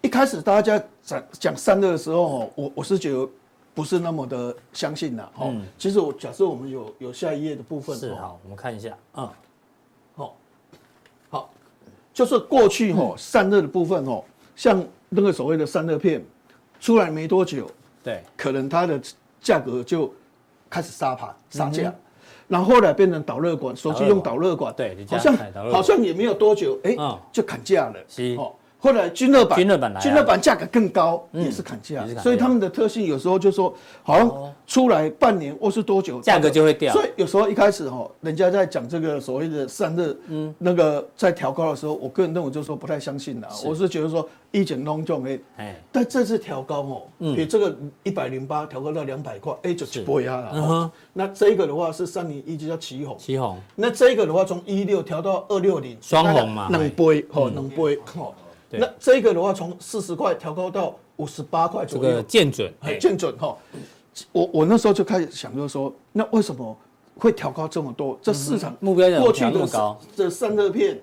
Speaker 3: 一开始大家讲讲散热的时候，哦，我我是觉得不是那么的相信啦。哦，其实我假设我们有有下一页的部分，
Speaker 2: 嗯是
Speaker 3: 哦
Speaker 2: 好，我们看一下，嗯，
Speaker 3: 哦，好，就是过去
Speaker 2: 嗯
Speaker 3: 哦散热的部分哦，像那个所谓的散热片出来没多久，
Speaker 2: 对，
Speaker 3: 可能它的价格就开始杀
Speaker 2: 嗯
Speaker 3: 盘杀价。然后后来变成导热管，手机用导热管，
Speaker 2: 导热管对
Speaker 3: 好像
Speaker 2: 就这样导热管
Speaker 3: 好像也没有多久，哎
Speaker 2: 嗯，
Speaker 3: 就砍价了。
Speaker 2: 是
Speaker 3: 哦，后来均热板，
Speaker 2: 均热板来啊
Speaker 3: 均热板价格更高，也是砍
Speaker 2: 也
Speaker 3: 价
Speaker 2: 是砍，价哦
Speaker 3: 所以他们的特性有时候就说，好像出来半年或是多久，
Speaker 2: 价格就会掉
Speaker 3: 所以有时候一开始哈，人家在讲这个所谓的散热，嗯，那个在调高的时候，我个人认为就是说不太相信的，我是觉得说一减通重哎，
Speaker 2: 哎，
Speaker 3: 但这次调高哦，
Speaker 2: 嗯
Speaker 3: 比这个一百零八调高到两百块，哎，就是波压了。
Speaker 2: 嗯
Speaker 3: 哦那这个的话是三零一，就叫起红。
Speaker 2: 祁宏，
Speaker 3: 那这个的话，从一六调到二六零，
Speaker 2: 双红嘛嗯
Speaker 3: 大概两倍哦，两倍哦。
Speaker 2: 对
Speaker 3: 那这个的话，从四十块调高到五十八块
Speaker 2: 这
Speaker 3: 左
Speaker 2: 个
Speaker 3: 右，
Speaker 2: 见准，哎
Speaker 3: 很精准哈。我我那时候就开始想，就是说，那为什么会调高这么多？这市场
Speaker 2: 嗯目标价怎么
Speaker 3: 过去
Speaker 2: 调那么
Speaker 3: 的
Speaker 2: 高
Speaker 3: 这散热片、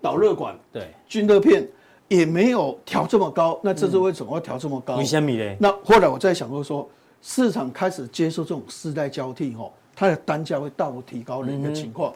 Speaker 3: 导热管、
Speaker 2: 对，
Speaker 3: 均热片也没有调这么高，那这次为什么要调这么高？
Speaker 2: 嗯为什么嘞？
Speaker 3: 那后来我在想过说，市场开始接受这种世代交替吼，它的单价会大幅提高的一个情况。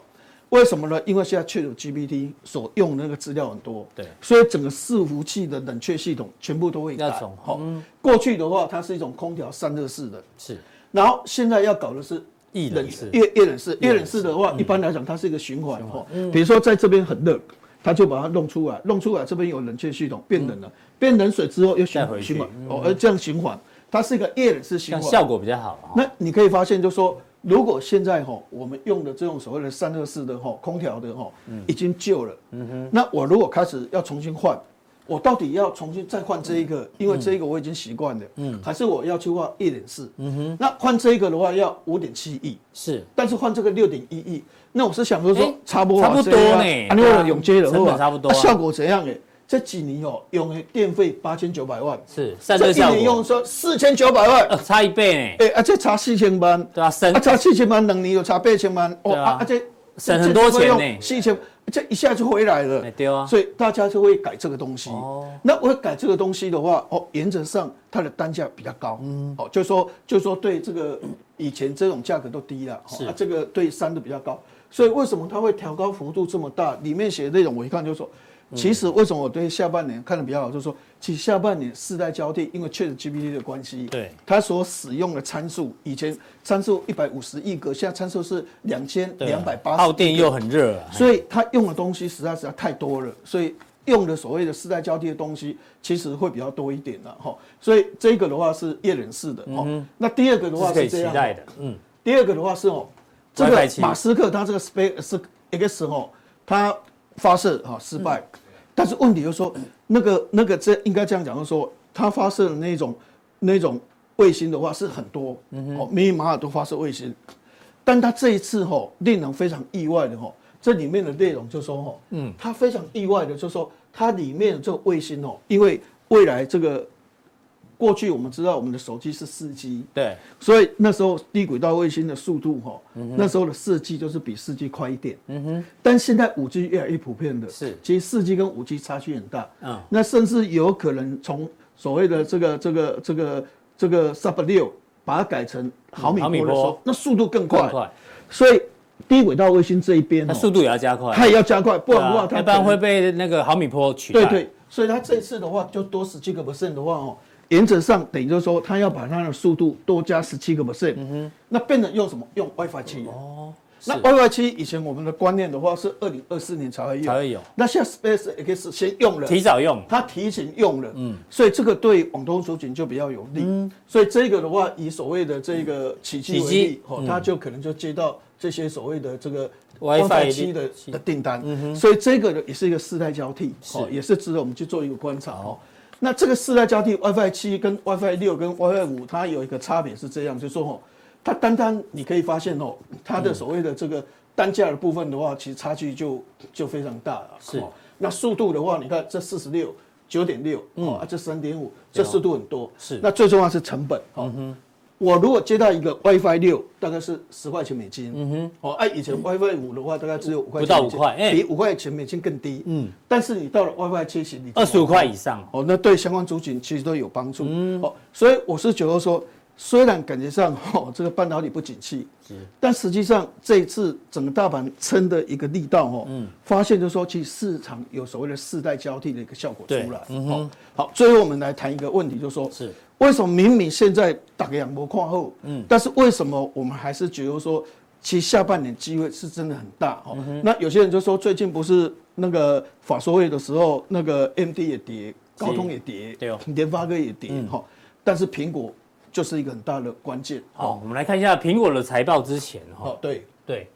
Speaker 3: 为什么呢？因为现在确有 GPT 所用的那个资料很多，
Speaker 2: 对
Speaker 3: 所以整个伺服器的冷却系统全部都会改
Speaker 2: 要嗯从。
Speaker 3: 好，过去的话它是一种空调散热式的，
Speaker 2: 是
Speaker 3: 然后现在要搞的是
Speaker 2: 一冷式嗯
Speaker 3: 液液冷式，液冷式的话，一般来讲它是一个循环哈。比如说在这边很热，它就把它弄出来，弄出来这边有冷却系统变冷了，变冷水之后又循
Speaker 2: 嗯再回去
Speaker 3: 循环，哦，而这样循环，它是一个液冷式
Speaker 2: 这
Speaker 3: 循
Speaker 2: 样
Speaker 3: 环。
Speaker 2: 效果比较好哦哈。
Speaker 3: 那你可以发现，就说如果现在哈，我们用的这种所谓的散热式的哈空调的哈，
Speaker 2: 嗯
Speaker 3: 已经旧了。那我如果开始要重新换，我到底要重新再换这一
Speaker 2: 嗯
Speaker 3: 个，因为这一个我已经习惯了。还是我要去换一点四？
Speaker 2: 嗯
Speaker 3: 那换这一个的话要五点七亿，
Speaker 2: 是
Speaker 3: 但是换这个六点一亿，那我是想说
Speaker 2: 哎
Speaker 3: 说差不多啊
Speaker 2: 差不多
Speaker 3: 这样啊
Speaker 2: 呢
Speaker 3: 啊，你为了永接的
Speaker 2: 成本差不多啊
Speaker 3: 效果怎样？哎，这几年哦，用的电费八千九百万，
Speaker 2: 是，散
Speaker 3: 这
Speaker 2: 热
Speaker 3: 一
Speaker 2: 效
Speaker 3: 年用
Speaker 2: 果
Speaker 3: 说四千九百万。
Speaker 2: 呃差一倍呢，
Speaker 3: 哎、啊，这差四千万，
Speaker 2: 对啊省
Speaker 3: 啊，差四千万，两年有差八千万，
Speaker 2: 对啊
Speaker 3: 啊，这
Speaker 2: 省很多钱呢
Speaker 3: 四千，这一下就回来了
Speaker 2: 哎，对啊
Speaker 3: 所以大家就会改这个东西。
Speaker 2: 哦
Speaker 3: 那我改这个东西的话，哦，原则上它的单价比较高，嗯，哦，就说就说对这个以前这种价格都低了，
Speaker 2: 是
Speaker 3: 哦、啊，这个对三的比较高，所以为什么它会调高幅度这么大？里面写的内容我一看就说。
Speaker 2: 嗯
Speaker 3: 其实为什么我对下半年看的比较好，就是说，其实下半年世代交替，因为 Chat GPT 的关系，
Speaker 2: 对
Speaker 3: 它所使用的参数，以前参数一百五十亿个，现在参数是两千
Speaker 2: 对啊
Speaker 3: 两百八十，
Speaker 2: 耗电又很热啊，
Speaker 3: 所以它用的东西实在实在太多了，所以用的所谓的世代交替的东西，其实会比较多一点了哈。所以这个的话是夜冷式的哦，那第二个的
Speaker 2: 嗯这是
Speaker 3: 话
Speaker 2: 可以
Speaker 3: 是这
Speaker 2: 期
Speaker 3: 样，
Speaker 2: 待的。嗯，
Speaker 3: 第二个的话是哦，这
Speaker 2: WiFi
Speaker 3: 个
Speaker 2: 七
Speaker 3: 马斯克他这个 Space X 哦，他发射哈、失败，但是问题就是说那个那个这应该这样讲，就是说他发射的那种那种卫星的话是很多、哦，密密麻麻都发射卫星，但他这一次哈、令人非常意外的哈、这里面的内容就说哈、嗯，他非常意外的就说它里面的这个卫星哦，因为未来这个过去我们知道我们的手机是四 G，
Speaker 2: 对，
Speaker 3: 所以那时候低轨道卫星的速度哈、
Speaker 2: 嗯
Speaker 3: 那时候的四 G 就是比四 G 快一点。嗯哼。但现在五 G 越来越普遍的，
Speaker 2: 是
Speaker 3: 其实四 G 跟五 G 差距很大。
Speaker 2: 嗯
Speaker 3: 那甚至有可能从所谓的这个这个这个这个 Sub 六，把它改成毫
Speaker 2: 嗯
Speaker 3: 米
Speaker 2: 毫
Speaker 3: 波
Speaker 2: 米
Speaker 3: 的时
Speaker 2: 波
Speaker 3: 候，那速度更快。
Speaker 2: 更快，
Speaker 3: 所以低轨道卫星这一边、
Speaker 2: 那
Speaker 3: 哦，
Speaker 2: 速度也要加快，
Speaker 3: 它也要加快，不
Speaker 2: 对
Speaker 3: 然的
Speaker 2: 啊
Speaker 3: 话它
Speaker 2: 要不然
Speaker 3: 可能
Speaker 2: 会被那个毫米波取代。
Speaker 3: 对对，所以它这次的话就多十七个 percent 的话哦，原则上等于就是说它要把它的速度多加十七个 percent，那变成用什么？用 WiFi 七哦。那
Speaker 2: 是
Speaker 3: WiFi 七以前我们的观念的话是二零二四年才会用，
Speaker 2: 才会有
Speaker 3: 那现在 SpaceX 先用了，
Speaker 2: 提早用，
Speaker 3: 它提前用了，嗯，所以这个对广东族群就比较有利。
Speaker 2: 嗯
Speaker 3: 所以这个的话，以所谓的这个起机为
Speaker 2: 起机
Speaker 3: 例，哦，它就可能就接到这些所谓的这个
Speaker 2: 嗯 WiFi
Speaker 3: 七的
Speaker 2: 七
Speaker 3: 的订单。所以这个呢也是一个世代交替，哦，
Speaker 2: 嗯是
Speaker 3: 也是值得我们去做一个观察哦。那这个世代交替，WiFi 七跟 WiFi 六跟 WiFi 五，它有一个差别是这样，就是说哦，它单单你可以发现哦，它
Speaker 2: 嗯
Speaker 3: 的所谓的这个单价的部分的话，其实差距就就非常大了。
Speaker 2: 是
Speaker 3: 哦那速度的话，你看这四十六、九点六，哦，啊这三点五，这速度很多。
Speaker 2: 嗯哦是嗯
Speaker 3: 那最重要是成本，哦。我如果接到一个 WiFi 六，大概是十块钱美金。嗯哼，哦，按、以前 WiFi 五的话，大概只有五块，
Speaker 2: 不到5块哎
Speaker 3: 比五块钱美金更低。嗯，但是你到了 WiFi 七型，你
Speaker 2: 二十五块以上，
Speaker 3: 哦，那对相关族群其实都有帮助。
Speaker 2: 嗯
Speaker 3: 哦，所以我是觉得说，虽然感觉上哦这个半导体不景气，但实际上这一次整个大盘撑的一个力道哦，
Speaker 2: 嗯
Speaker 3: 发现就是说其实市场有所谓的世代交替的一个效果出
Speaker 2: 对嗯
Speaker 3: 来。哦，好，最后我们来谈一个问题，就是说
Speaker 2: 是
Speaker 3: 为什么明明现在打个仰波跨后，嗯，但是为什么我们还是觉得说？其实下半年机会是真的很大哦。
Speaker 2: 嗯
Speaker 3: 那有些人就说，最近不是那个法说会的时候，那个 MD 也跌，高通也跌，
Speaker 2: 对哦嗯
Speaker 3: 联发科也跌哈、但是苹果就是一个很大的关键
Speaker 2: 好，我们来看一下苹果的财报之前哈
Speaker 3: 哦，，对，
Speaker 2: 对，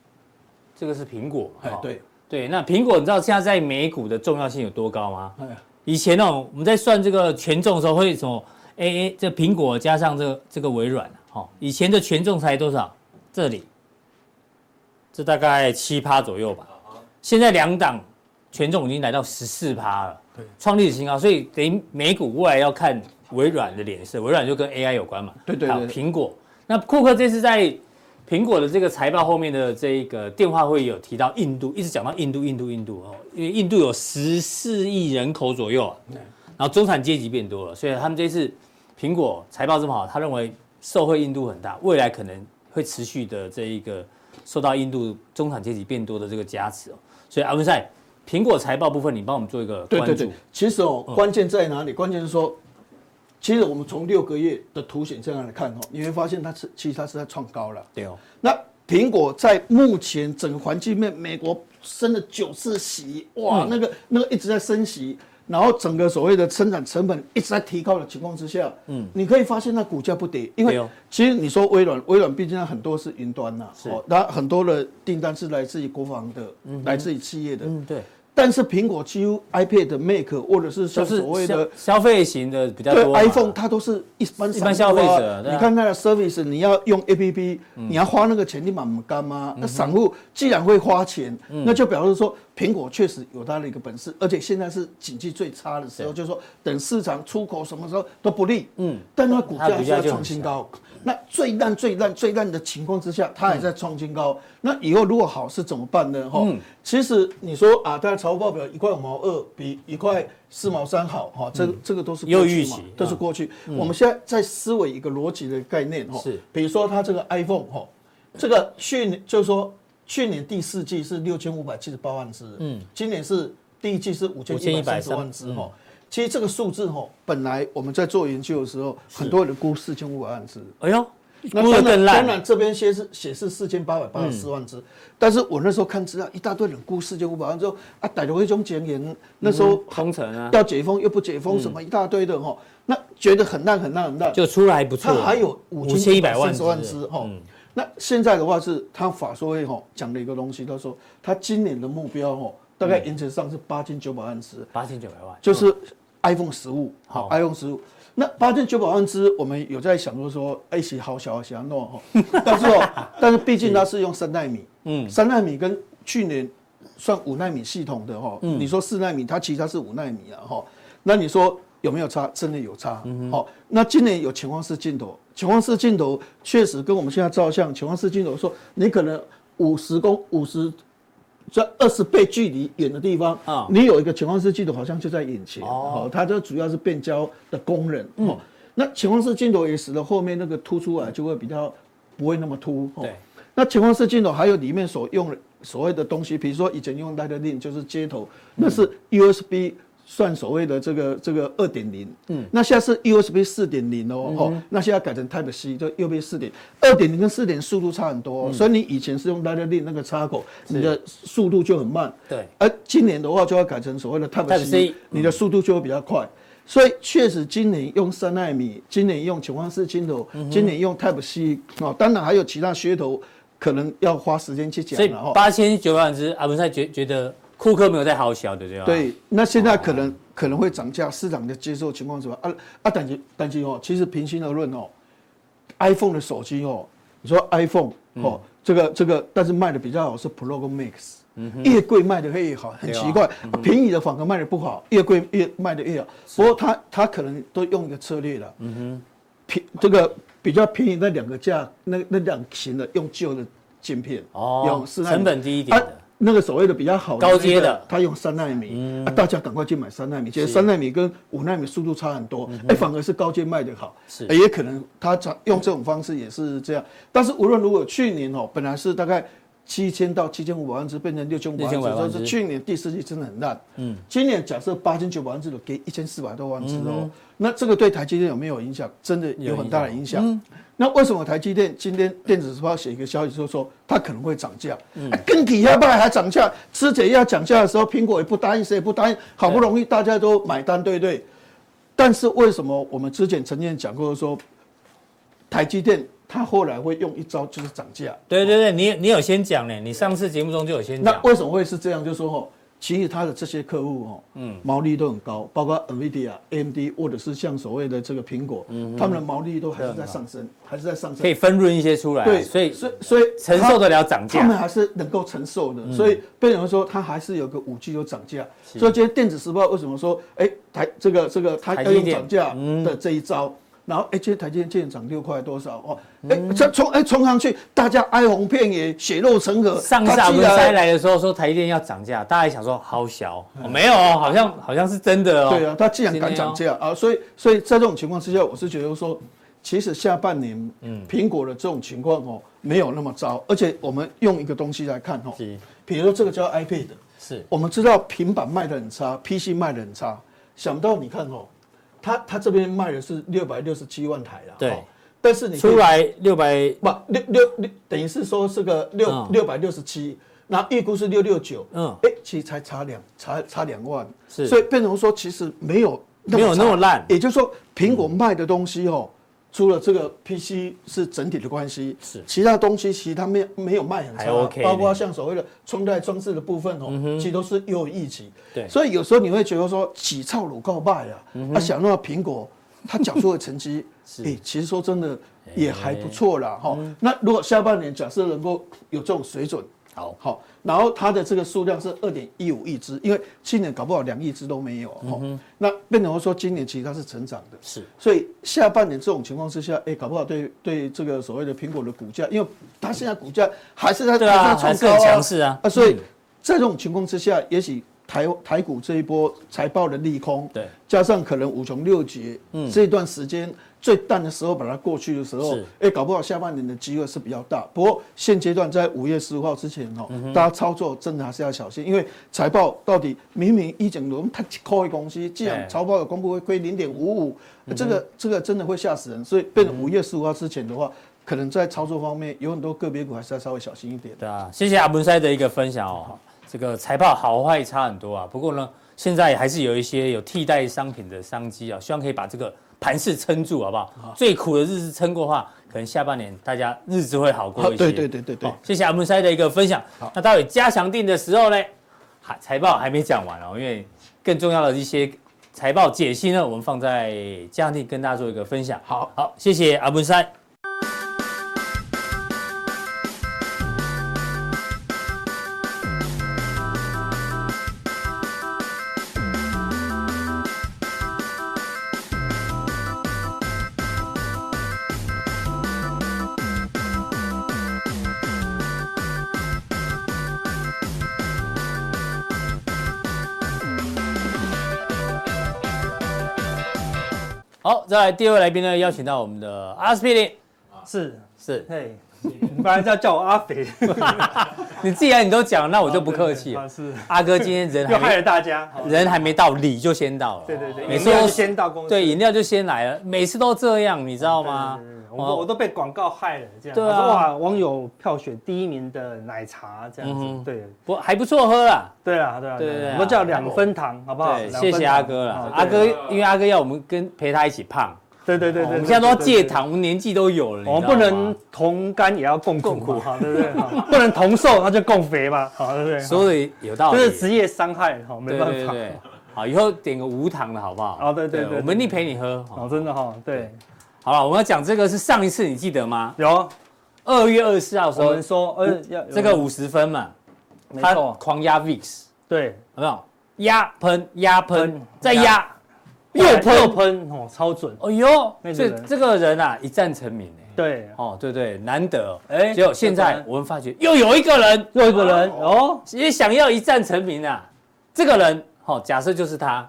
Speaker 2: 这个是苹果，
Speaker 3: 哎
Speaker 2: 哈
Speaker 3: 对
Speaker 2: 对，那苹果你知道现在在美股的重要性有多高吗？
Speaker 3: 哎呀，
Speaker 2: 以前哦，我们在算这个权重的时候会什么？哎哎，这苹果加上这个这个微软，哦，以前的权重才多少？这里，这大概七趴左右吧。现在两档权重已经来到十四趴了，创历史新高。所以等于美股未来要看微软的脸色，微软就跟 AI 有关嘛。
Speaker 3: 对对对
Speaker 2: 好，苹果。那库克这次在苹果的这个财报后面的这个电话会有提到印度，一直讲到印度，印度，印度哦，因为印度有十四亿人口左右啊，然后中产阶级变多了，所以他们这次苹果财报这么好，他认为受惠印度很大，未来可能会持续的这一个受到印度中产阶级变多的这个加持哦，所以阿文赛，苹果财报部分你帮我们做一个
Speaker 3: 对
Speaker 2: 关注，嗯
Speaker 3: 对对，其实哦，关键在哪里？关键是说，其实我们从六个月的图形这样来看哦，你会发现它是其实它是在创高了。
Speaker 2: 对哦，
Speaker 3: 那苹果在目前整个环境面，美国升了九次息，哇，
Speaker 2: 嗯
Speaker 3: 那个那个一直在升息，然后整个所谓的生产成本一直在提高的情况之下，嗯，你可以发现它股价不跌，
Speaker 2: 对
Speaker 3: 因为
Speaker 2: 哦
Speaker 3: 其实你说微软，微软毕竟它很多是云端呐、
Speaker 2: 是
Speaker 3: 哦，那很多的订单是来自于国防的，来自于企业的，
Speaker 2: 嗯对，
Speaker 3: 但是苹果几乎 iPad、Mac 或者是
Speaker 2: 就
Speaker 3: 像
Speaker 2: 是
Speaker 3: 所谓
Speaker 2: 消
Speaker 3: 的
Speaker 2: 消费型的比较
Speaker 3: 对
Speaker 2: 多嘛
Speaker 3: iPhone，它都是一般
Speaker 2: 一般
Speaker 3: 散
Speaker 2: 消
Speaker 3: 户啊
Speaker 2: 费者对啊嗯
Speaker 3: 你看它的 service，你要用 APP，你要花那个钱，你满干吗？那散户既然会花钱，
Speaker 2: 嗯
Speaker 3: 那就表示说苹果确实有它的一个本事，而且现在是经济最差的时候，就是说等市场出口什么时候都不利，嗯，但它股
Speaker 2: 它股
Speaker 3: 价还是
Speaker 2: 价
Speaker 3: 要
Speaker 2: 就
Speaker 3: 创
Speaker 2: 很
Speaker 3: 新
Speaker 2: 强
Speaker 3: 高。那最烂、最烂、最烂的情况之下，它还在创新
Speaker 2: 嗯
Speaker 3: 高。那以后如果好是怎么办呢？哈、其实你说啊，它的财务报表一块五毛二比一块四毛三好，哈、
Speaker 2: 嗯
Speaker 3: 这个这个都是
Speaker 2: 又
Speaker 3: 过去
Speaker 2: 预
Speaker 3: 嘛
Speaker 2: 期
Speaker 3: 都是过去。我们现在在思维一个逻辑的概念，哈、
Speaker 2: 是
Speaker 3: 比如说它这个 iPhone，哈、这个去年就是说去年第四季是六千五百七十八万只，嗯，今年是第一季是五千一百三十嗯万只，哈、其实这个数字哈、本来我们在做研究的时候，很多人估四千五百万只，
Speaker 2: 哎呦，
Speaker 3: 那
Speaker 2: 估的
Speaker 3: 当然，
Speaker 2: 更
Speaker 3: 当然
Speaker 2: 烂，
Speaker 3: 这边先是显示四千八百八十四万只，但是我那时候看资料，一大堆人估四千五百万之后，啊，逮着一种检验，那时候
Speaker 2: 封城啊，
Speaker 3: 要解封又不解封，什么一大堆的哈，那觉得很烂很烂很烂，
Speaker 2: 就出来还不错，
Speaker 3: 它还有五千一百
Speaker 2: 5100
Speaker 3: 万
Speaker 2: 万
Speaker 3: 十万只哈。那现在的话是，它法说会哈讲了一个东西，他说他今年的目标哈，大概原则上是八千九百万只，
Speaker 2: 八千九百万，
Speaker 3: 就是 iPhone 十五，
Speaker 2: 好
Speaker 3: 嗯好 iPhone 十五。那八千九百万只，我们有在想说说，哎，其实好小啊，想要弄哦， 但是哦，但是毕竟它是用三纳米，嗯，三纳米跟去年算五纳米系统的哈、哦，你说四纳米，它其实它是五纳米啊哈、哦，那你说有没有差？真的有差，好、哦，那今年有潜望式镜头，潜望式镜头确实跟我们现在照相，潜望式镜头说你可能五十公五十在二十倍距离远的地方
Speaker 2: 啊
Speaker 3: 啊，你有一个潜望式镜头，好像就在眼前
Speaker 2: 哦嗯
Speaker 3: 哦，它就主要是变焦的功能哦。那潜望式镜头也使得后面那个凸出来就会比较不会那么凸。哦
Speaker 2: 对，
Speaker 3: 那潜望式镜头还有里面所用的所谓的东西，比如说以前用 Lightning 就是接头，
Speaker 2: 嗯
Speaker 3: 那是 USB 算所谓的这个这个二点零，嗯，那现在是 USB 四点零哦，
Speaker 2: 嗯
Speaker 3: 哦，那现在改成 Type C 就 USB 四点，二点零跟四点速度差很
Speaker 2: 嗯
Speaker 3: 多、哦，所以你以前是用 Lightning 那个插口，你的速度就很慢，
Speaker 2: 对，
Speaker 3: 而今年的话就要改成所谓的 Type
Speaker 2: Type C 嗯
Speaker 3: C，你的速度就会比较快。所以确实，今年用三纳米，今年用潜望式镜头，
Speaker 2: 嗯
Speaker 3: 今年用 Type C 哦，当然还有其他噱头，可能要花时间去讲
Speaker 2: 所以
Speaker 3: 了哦哈。
Speaker 2: 八千九百万只，阿文赛觉觉得库克没有在好小的对吧？，
Speaker 3: 对，那现在可
Speaker 2: 哦
Speaker 3: 能可能会涨价，市场的接受情况怎么样？啊啊，但是但是哦，其实平心而论哦，iPhone 的手机哦，你说 iPhone
Speaker 2: 嗯
Speaker 3: 哦，这个这个，但是卖的比较好是 Pro 跟 Max，越贵卖的越好，很
Speaker 2: 嗯对啊
Speaker 3: 奇怪，啊便宜的反而卖的不好，越贵越卖的越好。不过它它可能都用一个策略了，嗯哼，便这个比较便宜那两个价，那那两型的用旧的镜片，
Speaker 2: 哦
Speaker 3: 用4纳米
Speaker 2: 成本低一点的
Speaker 3: 啊那个所谓的比较好的
Speaker 2: 高阶
Speaker 3: 那个
Speaker 2: 的嗯
Speaker 3: 他用三纳米、啊，大家赶快去买三纳米。其实三纳米跟五纳米速度差很多，哎、反而是高阶卖的好，
Speaker 2: 嗯是
Speaker 3: 哎也可能他常用这种方式也是这样。但是无论如何，去年哦，本来是大概七千到七千五百万只，变成六千五百
Speaker 2: 6500
Speaker 3: 万
Speaker 2: 万
Speaker 3: 只，
Speaker 2: 只
Speaker 3: 就是去年第四季真的很烂。嗯，今年假设八千九百万只，给一千四百多万只哦，那这个对台积电有没有影响？真的有很大的影响。嗯那为什么台积电今天电子时报写一个消息，就说它可能会涨价？啊跟底下拜还涨价，吃姐要涨价的时候，苹果也不答应，谁也不答应，好不容易大家都买单，对不对？但是为什么我们之前曾经讲过说，台积电它后来会用一招就是涨价？
Speaker 2: 对对对，你你有先讲呢，你上次节目中就有先
Speaker 3: 那
Speaker 2: 讲，
Speaker 3: 为什么会是这样？就说哦，其实它的这些客户哦，嗯，毛利都很高，包括 NVIDIA、AMD 或者是像所谓的这个苹果，
Speaker 2: 嗯
Speaker 3: 他们的毛利都还是在上升，
Speaker 2: 啊
Speaker 3: 还是在上升
Speaker 2: 可。以分润一些出来，啊
Speaker 3: 对，
Speaker 2: 哎所以
Speaker 3: 所以所以
Speaker 2: 承
Speaker 3: 他
Speaker 2: 受得了嗯涨
Speaker 3: 他们
Speaker 2: 价，
Speaker 3: 还是能够承受的，所以被人说它还是有个五 G 有涨价，所以今天电子时报为什么说，哎、台这个这个它
Speaker 2: 台
Speaker 3: 要
Speaker 2: 积
Speaker 3: 用
Speaker 2: 电嗯
Speaker 3: 涨价的这一招，然后哎，今天台积电见涨六块多少哦？哎，
Speaker 2: 嗯
Speaker 3: 这冲哎冲上去，大家哀鸿遍野，血肉成河。
Speaker 2: 上
Speaker 3: 它
Speaker 2: 下
Speaker 3: 居
Speaker 2: 文
Speaker 3: 然
Speaker 2: 塞来的时候说台积电要涨价，大家还想说好小、哦，没有哦，好像好像是真的哦。
Speaker 3: 嗯对啊，他既然
Speaker 2: 今天
Speaker 3: 敢涨
Speaker 2: 哦，
Speaker 3: 价啊，所以所以在这种情况之下，我是觉得说，其实下半年，嗯，苹果的这种情况哦，没有那么糟，而且我们用一个东西来看哦，
Speaker 2: 是
Speaker 3: 比如说这个叫 iPad，
Speaker 2: 是
Speaker 3: 我们知道平板卖的很差，PC 卖的很差，想不到你看哦，它它这边卖的是六百六十七万台啦，
Speaker 2: 对
Speaker 3: 哦，但是你可以
Speaker 2: 出来六百
Speaker 3: 不六六六，等于是说这个六
Speaker 2: 嗯
Speaker 3: 六百六十七，那预估是六六九，
Speaker 2: 嗯
Speaker 3: 嗯，哎，其实才差两差差两万，
Speaker 2: 是
Speaker 3: 所以变成说其实没有
Speaker 2: 没有那么
Speaker 3: 差
Speaker 2: 烂
Speaker 3: 也就是说苹果卖的东西哦。除了这个 PC 是整体的关系，
Speaker 2: 是
Speaker 3: 其他东西其实它没有没有卖很
Speaker 2: 还
Speaker 3: 差，
Speaker 2: OK 嗯
Speaker 3: 包括像所谓的穿戴装置的部分哦，其实都是又有疫情，
Speaker 2: 对嗯
Speaker 3: 所以有时候你会觉得说起操鲁告败啊，啊想到苹果它缴出的 成绩，哎，其实说真的也还不错
Speaker 2: 嗯
Speaker 3: 啦哈。那如果下半年假设能够有这种水准，
Speaker 2: 好
Speaker 3: 好，然后它的这个数量是二点一五亿只，因为去年搞不好两亿只都没有
Speaker 2: 嗯
Speaker 3: 哦。那变成说今年其实它是成长的，
Speaker 2: 是
Speaker 3: 所以下半年这种情况之下，哎，搞不好对对这个所谓的苹果的股价，因为它现在股价还是在
Speaker 2: 对啊
Speaker 3: 还
Speaker 2: 还
Speaker 3: 是
Speaker 2: 是
Speaker 3: 在
Speaker 2: 很
Speaker 3: 创高
Speaker 2: 强势啊
Speaker 3: 啊，所以在这种情况之下，也许台台股这一波财报的利空，
Speaker 2: 对，
Speaker 3: 加上可能五穷六绝，嗯，这段时间最淡的时候把它过去的时候
Speaker 2: 是，
Speaker 3: 哎，搞不好下半年的机会是比较大。不过现阶段在五月十五号之前哦，
Speaker 2: 嗯
Speaker 3: 大家操作真的还是要小心，因为财报到底明明一整轮它扣一公司，既
Speaker 2: 哎嗯
Speaker 3: 然财报有公布会亏零点五五，这个这个真的会吓死人。所以变成五月十五号之前的话，可能在操作方面有很多个别股还是要稍微小心一点。
Speaker 2: 对啊，谢谢阿文塞的一个分享哦。这个财报好坏差很多啊，不过呢，现在还是有一些有替代商品的商机啊，希望可以把这个盘势撑住，好不好？最苦的日子撑过的话，可能下半年大家日子会好过一些。
Speaker 3: 啊对对对对对
Speaker 2: 好，谢谢阿文塞的一个分享。那到底加强定的时候呢？还财报还没讲完哦，因为更重要的一些财报解析呢，我们放在加强定跟大家做一个分享。
Speaker 3: 好
Speaker 2: 好，谢谢阿文塞。好，再来第二位来宾呢，邀请到我们的阿司匹林，
Speaker 1: 是，
Speaker 2: 是
Speaker 1: 嘿，你本来要叫我阿肥，
Speaker 2: 你既然你都讲了，那我就不客气了
Speaker 1: 啊。是，
Speaker 2: 阿哥今天人
Speaker 1: 又害
Speaker 2: 还
Speaker 1: 了大家。好
Speaker 2: 没人还没到，礼就先到了。
Speaker 1: 对对对，
Speaker 2: 每
Speaker 1: 饮
Speaker 2: 次都
Speaker 1: 料先到公司。
Speaker 2: 对饮料就先来了，每次都这样，你知道
Speaker 1: 对对
Speaker 2: 吗
Speaker 1: 对对？我
Speaker 2: 哦
Speaker 1: 都我都被广告害了，这样。
Speaker 2: 对啊
Speaker 1: 我说哇，网友票选第一名的奶茶这样
Speaker 2: 嗯哼
Speaker 1: 子，对。
Speaker 2: 不还不错喝啦。
Speaker 1: 对啊，对啊，
Speaker 2: 对对啊
Speaker 1: 我都叫两分糖，好不好？
Speaker 2: 对，
Speaker 1: 两
Speaker 2: 谢
Speaker 1: 分
Speaker 2: 谢
Speaker 1: 糖
Speaker 2: 阿哥啦
Speaker 1: 啊。
Speaker 2: 阿哥
Speaker 1: 对
Speaker 2: 因为阿哥要我们跟陪他一起胖，
Speaker 1: 对对对对，
Speaker 2: 我
Speaker 1: 对
Speaker 2: 们现在都要戒，
Speaker 1: 对对对对
Speaker 2: 糖，我们年纪都有了，
Speaker 1: 我们
Speaker 2: 你知
Speaker 1: 不
Speaker 2: 道吗
Speaker 1: 能同甘也要共苦嘛，哈对不对？哈 不能同瘦那就共肥嘛，好，对不对？
Speaker 2: 说的有道
Speaker 1: 哈
Speaker 2: 理，
Speaker 1: 这是职业伤害，哈，没
Speaker 2: 对
Speaker 1: 办
Speaker 2: 对
Speaker 1: 法，
Speaker 2: 对，好，以后点个无糖的好不好？
Speaker 1: 哦对对对对
Speaker 2: 我们一定陪你喝。
Speaker 1: 哦，
Speaker 2: 好
Speaker 1: 真的哈，对，
Speaker 2: 好了，我们要讲这个是上一次你记得吗？
Speaker 1: 有啊
Speaker 2: 二月二十四号的时
Speaker 1: 我
Speaker 2: 候
Speaker 1: 们，说，呃，要
Speaker 2: 这个五十分嘛，
Speaker 1: 没
Speaker 2: 他
Speaker 1: 错，
Speaker 2: 狂压 VIX，
Speaker 1: 对，
Speaker 2: 有没有？压喷，压喷
Speaker 1: 喷，
Speaker 2: 再压，又
Speaker 1: 又
Speaker 2: 喷
Speaker 1: 喷又喷，哦，超准，
Speaker 2: 哎呦，
Speaker 1: 那个
Speaker 2: 这
Speaker 1: 人
Speaker 2: 这个人啊，一战成名哎。
Speaker 1: 对，
Speaker 2: 哦，对对，难得哦。
Speaker 1: 哎
Speaker 2: 结果现在
Speaker 1: 这个人
Speaker 2: 我们发觉又有一个人
Speaker 1: 又一个人哦，
Speaker 2: 也想要一战成名啊。这个人，哦，假设就是他，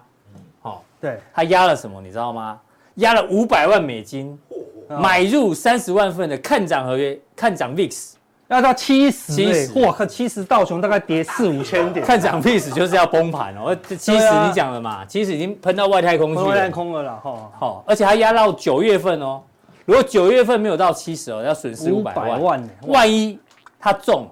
Speaker 2: 哦，
Speaker 1: 对，
Speaker 2: 他压了什么，你知道吗？压了五百万美金，
Speaker 1: 哦
Speaker 2: 买入三十万份的看涨合约，看涨 VIX，
Speaker 1: 要到七十，
Speaker 2: 70
Speaker 1: 哇靠，七十道琼大概跌四五千点，
Speaker 2: 看涨 VIX 就是要崩盘 哦。这其实
Speaker 1: 对啊
Speaker 2: 你讲了嘛，其实已经喷到外太空去
Speaker 1: 空
Speaker 2: 了
Speaker 1: 烂。空了啦，哈，
Speaker 2: 好、而且还压到九月份哦。如果九月份没有到七十哦，要损失五
Speaker 1: 五
Speaker 2: 百
Speaker 1: 百
Speaker 2: 万。
Speaker 1: 万呢，哇，
Speaker 2: 万一他中，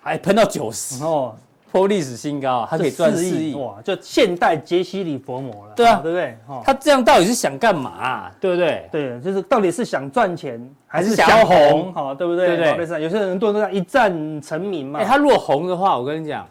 Speaker 2: 还喷到九十、
Speaker 1: 哦，
Speaker 2: 破历史新高啊，他可以赚
Speaker 1: 这
Speaker 2: 四亿。
Speaker 1: 哇，就现代杰西里佛摩了，
Speaker 2: 对啊
Speaker 1: 哦对不对？哈。
Speaker 2: 他这样到底是想干嘛啊、对不对？
Speaker 1: 对，就是到底是想赚钱还
Speaker 2: 是
Speaker 1: 是
Speaker 2: 想
Speaker 1: 想
Speaker 2: 要红
Speaker 1: 红，好，对不哦对？
Speaker 2: 对不对
Speaker 1: 好类似啊有些人都这样一战成名嘛
Speaker 2: 哎、。他如果红的话，我跟你讲，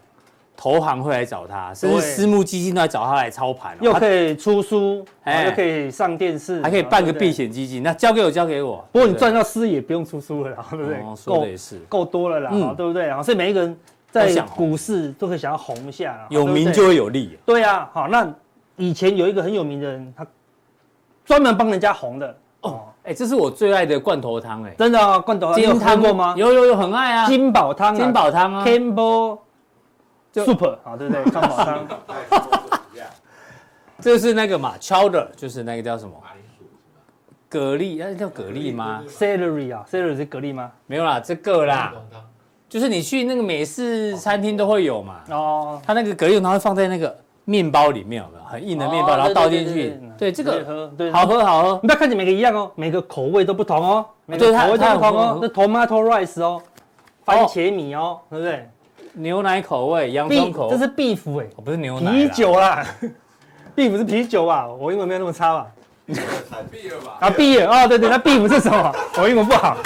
Speaker 2: 投行会来找他，甚至
Speaker 1: 对
Speaker 2: 私募基金都来找他来操盘、哦，
Speaker 1: 又可以出书，
Speaker 2: 哎
Speaker 1: 哎，又可以上电视，哦
Speaker 2: 他还可以办个避
Speaker 1: 险。
Speaker 2: 险基金。那交给我，交给我。
Speaker 1: 不过你
Speaker 2: 对
Speaker 1: 赚到私也不用出书了啦，对不
Speaker 2: 不
Speaker 1: 对
Speaker 2: 对哦？说
Speaker 1: 够
Speaker 2: 的也是，
Speaker 1: 够多了啦，
Speaker 2: 嗯
Speaker 1: 好对不对？哦好，所以每一个人
Speaker 2: 都
Speaker 1: 在
Speaker 2: 想红
Speaker 1: 股市都可以想要红一下啦，好
Speaker 2: 有
Speaker 1: 对不
Speaker 2: 名
Speaker 1: 对
Speaker 2: 就会有利。
Speaker 1: 对啊哦啊。好，那以前有一个很有名的人，他专门帮人家红的，
Speaker 2: 哦哎、这是我最爱的罐头汤哎、
Speaker 1: 真的啊，罐头啊你有
Speaker 2: 金
Speaker 1: 喝
Speaker 2: 汤
Speaker 1: 过吗？
Speaker 2: 有有有，很爱啊。
Speaker 1: 金宝汤啊，
Speaker 2: 金宝汤啊
Speaker 1: ，Campbell Super 啊，对不对？康宝 汤，
Speaker 4: 哎跟我不一样
Speaker 2: 这是那个嘛，chowder，就是那个叫什么
Speaker 4: 马铃薯
Speaker 2: 蛤蜊，那叫蛤蜊吗？
Speaker 1: celery 啊，celery 是蛤蜊吗？
Speaker 2: 没有啦，这个啦，就是你去那个美式餐厅都会有嘛。
Speaker 1: 哦，
Speaker 2: 它那个蛤蜊它会放在那个面包里面，有没有？很硬的面包，
Speaker 1: 哦
Speaker 2: 然后倒
Speaker 1: 对
Speaker 2: 进
Speaker 1: 对
Speaker 2: 去
Speaker 1: 对对。对
Speaker 2: 对，这
Speaker 1: 直接
Speaker 2: 个
Speaker 1: 喝，对，
Speaker 2: 好喝好喝。
Speaker 1: 你不要看起每个一样哦，每个口味都不同哦，每个
Speaker 2: 对它
Speaker 1: 口味都
Speaker 2: 它
Speaker 1: 不同
Speaker 2: 有
Speaker 1: 哦，
Speaker 2: 不
Speaker 1: 这 tomato rice 哦，番茄米哦，对不对？
Speaker 2: 牛奶口味、洋葱
Speaker 1: 必
Speaker 2: 口
Speaker 1: 这
Speaker 2: 味，
Speaker 1: 是 beef 哎，
Speaker 2: 哦不是牛奶啦
Speaker 1: 啤酒啦 ，beef 是啤酒吧？我英文没有那么差吧？
Speaker 4: 必了吧？
Speaker 1: 啊，beef 哦，对对，那 beef 是什么？我英文不好。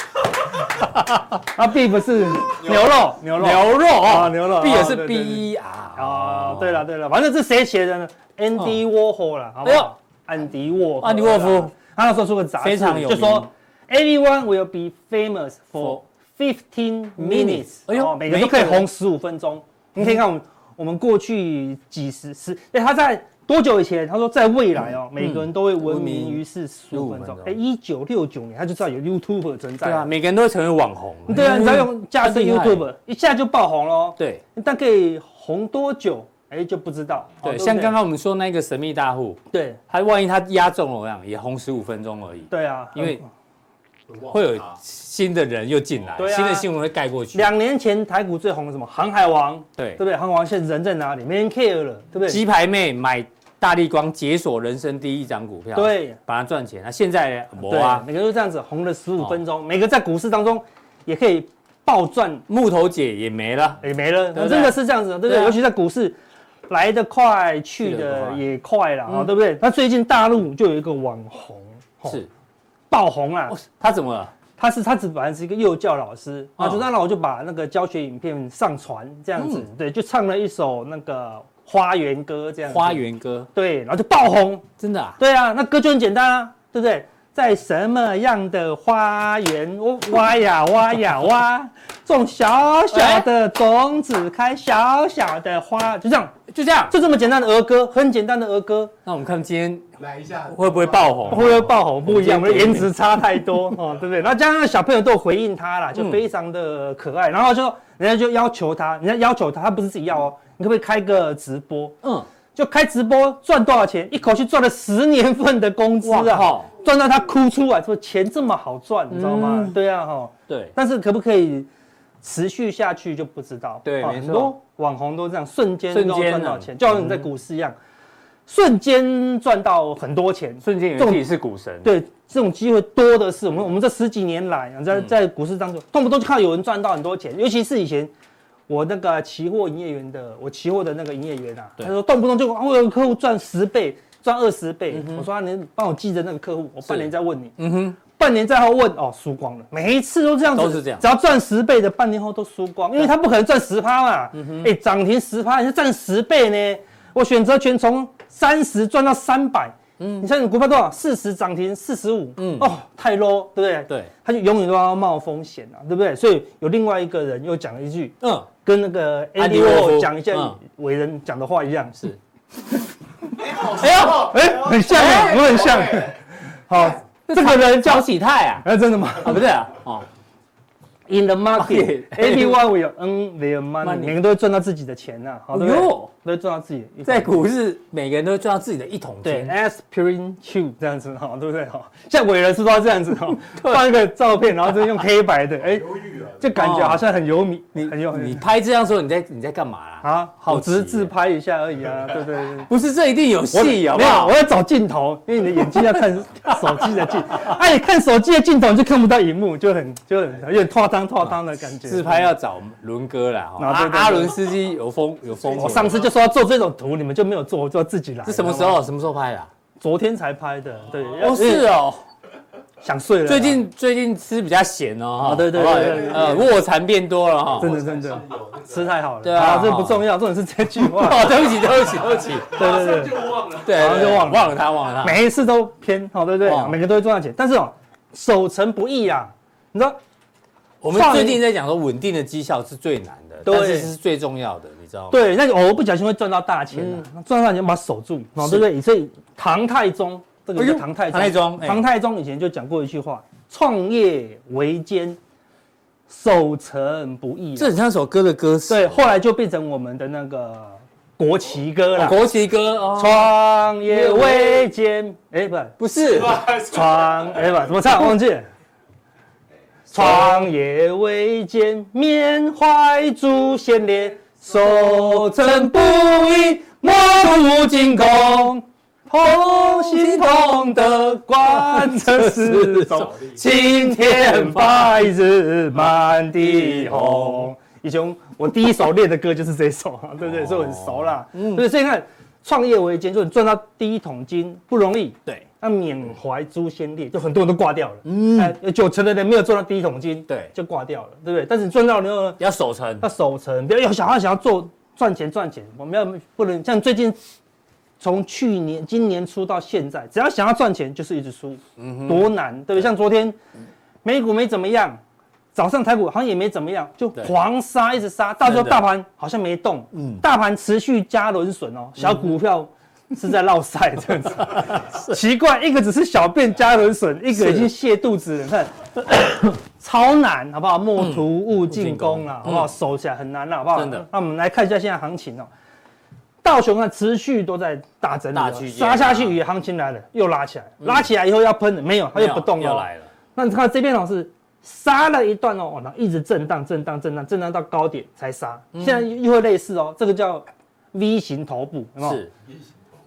Speaker 1: 啊，beef 是牛肉，牛肉，
Speaker 2: 牛肉
Speaker 1: 啊
Speaker 2: 哦，
Speaker 1: 牛肉
Speaker 2: ，B 也
Speaker 1: 哦
Speaker 2: 是
Speaker 1: 对
Speaker 2: B
Speaker 1: 对对
Speaker 2: E R
Speaker 1: 哦，对，了对了，反正这谁写的呢？Andy Warhol 啦，好不
Speaker 2: 哎呦
Speaker 1: 好？安迪沃，
Speaker 2: 安迪沃夫，
Speaker 1: 他那时候出个杂志，
Speaker 2: 非常有
Speaker 1: 就
Speaker 2: 名
Speaker 1: 说 Everyone will be famous for
Speaker 2: For
Speaker 1: fifteen minutes。哎
Speaker 2: 哎呦
Speaker 1: 呦，每个都可以
Speaker 2: 每个人
Speaker 1: 红十五分钟。你可以看我们我们过去几十十，哎，他在多久以前？他说在未来
Speaker 2: 嗯
Speaker 1: 哦，每个人都会闻名于世十五分
Speaker 2: 15分
Speaker 1: 钟
Speaker 2: 钟。
Speaker 1: 哎，一九六九年他就知道有 YouTube 存在
Speaker 2: 对啊，
Speaker 1: 了。
Speaker 2: 每个人都会成为网红。
Speaker 1: 对啊，你只要用架设
Speaker 2: 厉害
Speaker 1: YouTube，一下就爆红喽。
Speaker 2: 对
Speaker 1: 但可以红多久，哎，就不知道。哦
Speaker 2: 对，
Speaker 1: 不
Speaker 2: 像刚刚我们说那个神秘大户，
Speaker 1: 对
Speaker 2: 他万一他压中了，我想也红十五分钟而已，
Speaker 1: 对啊，
Speaker 2: 因为
Speaker 4: 忘
Speaker 2: 会有
Speaker 4: 了啊
Speaker 2: 新的人又进来，
Speaker 1: 对啊
Speaker 2: 新的新闻会盖过去。
Speaker 1: 两年前台股最红的什么航海王，
Speaker 2: 对
Speaker 1: 对不对？航海王现在人在哪里？没人 care 了，对不对？
Speaker 2: 鸡排妹买大力光，解锁人生第一张股票，
Speaker 1: 对，
Speaker 2: 把它赚钱。那现在呢？我
Speaker 1: 对
Speaker 2: 啊，
Speaker 1: 每个都这样子红了十五分钟，每个在股市当中也可以暴赚，
Speaker 2: 木头姐也没了，
Speaker 1: 也没了，
Speaker 2: 对不对
Speaker 1: 真的是这样子，对不对？
Speaker 2: 对啊
Speaker 1: 尤其在股市来得快，去
Speaker 2: 去得
Speaker 1: 的
Speaker 2: 快
Speaker 1: 也快了啊、
Speaker 2: 嗯
Speaker 1: 对不对？那最近大陆就有一个网红，哦
Speaker 2: 是
Speaker 1: 爆红啊啦
Speaker 2: 哦，，他怎么了？
Speaker 1: 他是他只本来是一个幼教老师
Speaker 2: 哦
Speaker 1: 啊，就那我就把那个教学影片上传这样子，
Speaker 2: 嗯
Speaker 1: 对，就唱了一首那个花园歌这样子，
Speaker 2: 花园哥，
Speaker 1: 对，然后就爆红，
Speaker 2: 真的啊？
Speaker 1: 对啊，那歌就很简单啊，对不对？在什么样的花园挖呀挖呀挖，种小小的种子，开小小的花，就这样，
Speaker 2: 就这样。
Speaker 1: 就这么简单的儿歌，很简单的儿歌，
Speaker 2: 那我们看今天
Speaker 4: 来一下
Speaker 2: 会不会爆红
Speaker 1: 会不会爆红？不一样，我们的颜值差太多 哦，对不对？然后加上小朋友都有回应他
Speaker 2: 嗯
Speaker 1: 啦，就非常的可爱。然后就人家就要求他，人家要求他，他不是自己要哦，你可不可以开个直播？
Speaker 2: 嗯，
Speaker 1: 就开直播赚多少钱？一口气赚了十年份的工资
Speaker 2: 哇
Speaker 1: 啊
Speaker 2: 靠！
Speaker 1: 赚到他哭出来，说钱这么好赚，你知道吗？
Speaker 2: 嗯
Speaker 1: 对啊，哈。
Speaker 2: 对，
Speaker 1: 但是可不可以持续下去就不知道。
Speaker 2: 对
Speaker 1: 啊
Speaker 2: 没错
Speaker 1: 很多网红都这样，瞬间
Speaker 2: 瞬
Speaker 1: 都
Speaker 2: 间啊
Speaker 1: 赚到钱，就好像你在股市一样，瞬间赚到很多钱。
Speaker 2: 瞬间以为自己是股神。
Speaker 1: 对，这种机会多的是。我们我们这十几年来啊，
Speaker 2: 嗯
Speaker 1: 在在股市当中，动不动就看到有人赚到很多钱，尤其是以前我那个期货营业员的，我期货的那个营业员啊，
Speaker 2: 对
Speaker 1: 他说动不动就我有个客户赚十倍，赚二十倍，我说、啊、你帮我记着那个客户，我半年再问你，
Speaker 2: 嗯哼，
Speaker 1: 半年再后问哦输光了，每一次都这样子，
Speaker 2: 都是这样
Speaker 1: 只要赚十倍的，半年后都输光，因为他不可能赚十趴嘛，
Speaker 2: 嗯
Speaker 1: 哎涨、停十趴，人家赚十倍呢，我选择权从三十赚到三百，嗯，你像你股票多少，四十涨停四十五，嗯，哦太 low，对不对？
Speaker 2: 对，
Speaker 1: 他就永远都要冒风险啊，对不对？所以有另外一个人又讲了一句，
Speaker 2: 嗯，
Speaker 1: 跟那个
Speaker 2: 安
Speaker 1: Andy
Speaker 2: 迪沃夫
Speaker 1: Warhol 讲一下
Speaker 2: 嗯
Speaker 1: 伟人讲的话一样，
Speaker 2: 是。
Speaker 4: 哎呦，
Speaker 1: 哎、很像啊，我很像，
Speaker 4: 哎
Speaker 1: 好，这个人叫
Speaker 2: 叫，喜泰啊？
Speaker 1: 哎、真的吗？ Oh,
Speaker 2: 啊，不对啊，哦，
Speaker 1: In the market,
Speaker 2: Market.
Speaker 1: everyone will earn their money.
Speaker 2: Money.
Speaker 1: 每个人都会赚到自己的钱呐、好，对不对？
Speaker 2: 哎呦
Speaker 1: 都会赚到自己的一桶
Speaker 2: 在股市每个人都赚到自己的一桶
Speaker 1: 对
Speaker 2: 金。
Speaker 1: aspirin tube 这样子哈，对不对哈？像伟人是不是要这样子 哈？放一个照片，然后就用黑白的，哎，
Speaker 4: 犹豫了，
Speaker 1: 就感觉好像很油米，
Speaker 2: 你
Speaker 1: 很油
Speaker 2: 你拍这样说你在你在干嘛啦？
Speaker 1: 啊，好，只是
Speaker 2: 奇耶
Speaker 1: 自拍一下而已 啊，对对对。
Speaker 2: 不是这一定有戏，好
Speaker 1: 没
Speaker 2: 不
Speaker 1: 有，
Speaker 2: 好
Speaker 1: 我？要找镜头，因为你的眼睛要看 手机的镜，哎，你看手机的镜头你就看不到荧幕，就很就很有点拖汤拖汤的感觉。
Speaker 2: 自拍要找伦哥啦，哦
Speaker 1: 啊
Speaker 2: 阿
Speaker 1: 对对对
Speaker 2: 阿伦斯基有风有风格。
Speaker 1: 我上次就哎说要做这种图，你们就没有做，我就要自己来。
Speaker 2: 是什么时
Speaker 1: 好吗？
Speaker 2: 候？什么时候拍的啊？
Speaker 1: 昨天才拍的，对，
Speaker 2: 哦，是哦，
Speaker 1: 想睡了啦。
Speaker 2: 最近最近吃比较咸哦，哈
Speaker 1: 啊对对
Speaker 2: 好不好
Speaker 1: 对对对
Speaker 2: 呃，卧蚕变多了哈。
Speaker 1: 真的真的吃太好了，
Speaker 2: 对啊
Speaker 1: 好这不重要，重点是这句话。
Speaker 2: 哦，对不起，对不起，对不起，
Speaker 1: 对对对，
Speaker 2: 对，
Speaker 1: 好像就忘了
Speaker 2: 忘了他，忘了他。
Speaker 1: 每一次都偏好，对不
Speaker 2: 哦
Speaker 1: 对？每个都会赚到钱，但是哦，守成不易啊。你知道
Speaker 2: 我们
Speaker 1: 放
Speaker 2: 最近在讲说，稳定的绩效是最难的，但
Speaker 1: 对
Speaker 2: 是是最重要的，你知道吗？嗯
Speaker 1: 对，那个偶尔不小心会赚到大钱啊，赚到大钱把它守住，哦，对不对？所以唐太宗这个
Speaker 2: 哎
Speaker 1: 是
Speaker 2: 呦
Speaker 1: 唐太
Speaker 2: 唐太宗
Speaker 1: 宗，
Speaker 2: 哎
Speaker 1: 唐太宗以前就讲过一句话：“创业维艰，守成不易啊。”
Speaker 2: 这很像首歌的歌词，
Speaker 1: 对，后来就变成我们的那个国旗歌
Speaker 2: 哦
Speaker 1: 了。
Speaker 2: 国旗歌哦，
Speaker 1: 创业维艰，哎，不是
Speaker 2: 不是
Speaker 1: 创，哎，不怎么唱忘记了。创业维艰，缅怀祖先烈，守成不易，莫不进攻。同心同德，贯彻始终。青天白日满地红。以前我第一首练的歌就是这首啊，对不对？所以我很熟啦。嗯，对，所以你看，创业维艰，就是你赚到第一桶金不容易。
Speaker 2: 对
Speaker 1: 那缅怀诛仙烈，就很多人都挂掉了。嗯，有九成的人没有赚到第一桶金，
Speaker 2: 对
Speaker 1: 就挂掉了，对不对？但是你赚到了以后呢，
Speaker 2: 要守成
Speaker 1: 要守成，不要有想要想要做赚钱赚钱，我们要不能像最近从去年今年初到现在，只要想要赚钱就是一直输，
Speaker 2: 嗯
Speaker 1: 多难，对不对？像昨天美股没怎么样，早上台股好像也没怎么样，就
Speaker 2: 对
Speaker 1: 狂杀一直杀，到最后
Speaker 2: 真的嗯
Speaker 1: 大盘好像没动，大盘持续加轮损哦，小股票。是在绕赛这 样子， 奇怪，一个只是小便加轮损，一个已经泻肚子了， 你看，超难，好不好？莫图勿进攻啦，啊好不好？守起来很难啊啦，好不好？
Speaker 2: 嗯真的
Speaker 1: 那我们来看一下现在行情哦、道琼啊，持续都在大整理哦、
Speaker 2: 大区间嗯
Speaker 1: 杀下去，行情来了，又拉起来，拉起来以后要喷了，没有，它又不动了
Speaker 2: 要
Speaker 1: 哦、
Speaker 2: 来了，
Speaker 1: 那你看这边老师杀了一段哦，哦然后一直震荡、震荡、震荡、震荡到高点才杀，
Speaker 2: 嗯
Speaker 1: 现在又会类似哦，这个叫 V 型头部，有没有？
Speaker 2: 是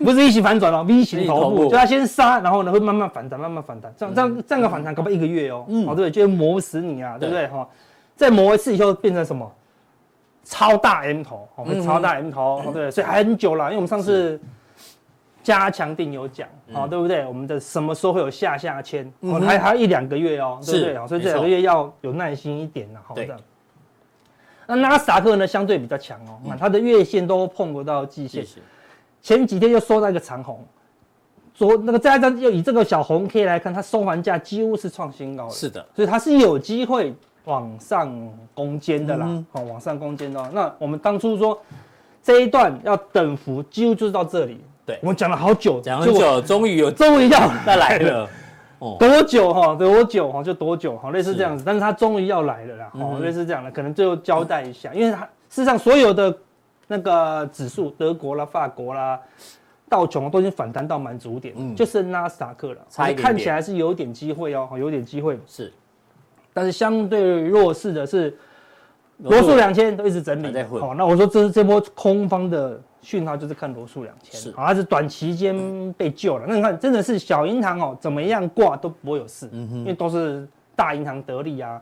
Speaker 1: 不是一起反转 哦，V 型头
Speaker 2: V 型头
Speaker 1: 部，
Speaker 2: 部
Speaker 1: 就它先杀，然后呢会慢慢反弹，慢慢反弹，这样这
Speaker 2: 嗯
Speaker 1: 样这样个反弹搞不好一个月哦，哦对不对，就会磨死你啊，对不对哈？再磨一次以后变成什么？超大 M 头，哦，
Speaker 2: 嗯
Speaker 1: 会超大 M 头，哦对不对，所以还很久啦，因为我们上次加强定有讲，
Speaker 2: 嗯
Speaker 1: 哦，对不对？我们的什么时候会有下下签？哦，还还有一两个月哦，对不
Speaker 2: 是
Speaker 1: 对？哦所以这
Speaker 2: 没错
Speaker 1: 两个月要有耐心一点啦，好
Speaker 2: 对
Speaker 1: 这样。那纳斯达克呢，相对比较强哦，
Speaker 2: 嗯
Speaker 1: 那它的月线都碰不到季线
Speaker 2: 谢，谢，
Speaker 1: 前几天又收到一个长红，昨那个再加上又以这个小红 K 来看，它收盘价几乎是创新高了，
Speaker 2: 是的，
Speaker 1: 所以它是有机会往上攻坚的啦，
Speaker 2: 嗯
Speaker 1: 好、往上攻坚的哦。那我们当初说这一段要等幅，几乎就是到这里，
Speaker 2: 对
Speaker 1: 我们讲了好久，
Speaker 2: 讲很
Speaker 1: 结果，
Speaker 2: 久，终于有
Speaker 1: 终于要
Speaker 2: 再来了，哦
Speaker 1: 多久哈、多久哈、就多久哈、类似这样子。但是它终于要来了
Speaker 2: 嗯
Speaker 1: 啦，哦、类似这样的，可能最后交代一下，因为它事实上所有的那个指数，德国啦、法国啦、道琼啊都已经反弹到满足点，就剩纳斯达克了，
Speaker 2: 嗯差一点点
Speaker 1: 看起来是有点机会哦，有点机会。
Speaker 2: 是
Speaker 1: 但是相对弱势的是罗素两千都一直整
Speaker 2: 还
Speaker 1: 理
Speaker 2: 在，混
Speaker 1: 好、那我说这是这波空方的讯号，就是看罗素两千，
Speaker 2: 是嗯
Speaker 1: 好、它是短期间被救了。那你看，真的是小银行哦，怎么样挂都不会有事，
Speaker 2: 嗯
Speaker 1: 因为都是大银行得利啊，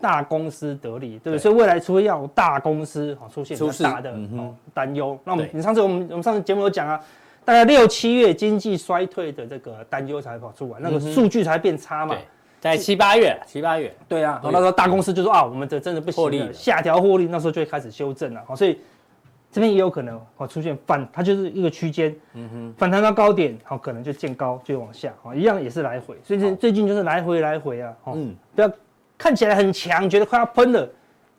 Speaker 1: 大公司得利，对不对？
Speaker 2: 对
Speaker 1: 所以未来除非要有大公司哦出现比
Speaker 2: 出事
Speaker 1: 较大的、
Speaker 2: 嗯
Speaker 1: 哦担忧，那我们
Speaker 2: 对
Speaker 1: 你上次我们我们上次节目有讲啊。大概六七月经济衰退的这个担忧才跑出来，那
Speaker 2: 嗯
Speaker 1: 个数据才变差嘛。
Speaker 2: 对，在七八月，七八月
Speaker 1: 对啊，
Speaker 2: 对
Speaker 1: 那时候大公司就说啊，我们这真的不行
Speaker 2: 获利
Speaker 1: 了，
Speaker 2: 了
Speaker 1: 下调获利，那时候就会开始修正了，好，所以这边也有可能哦出现反，它就是一个区间，
Speaker 2: 嗯
Speaker 1: 反弹到高点，好，可能就见高就往下，哦好，一样也是来回，所以这最近就是来回来回啊，哦，
Speaker 2: 嗯
Speaker 1: 不要看起来很强，觉得快要喷了，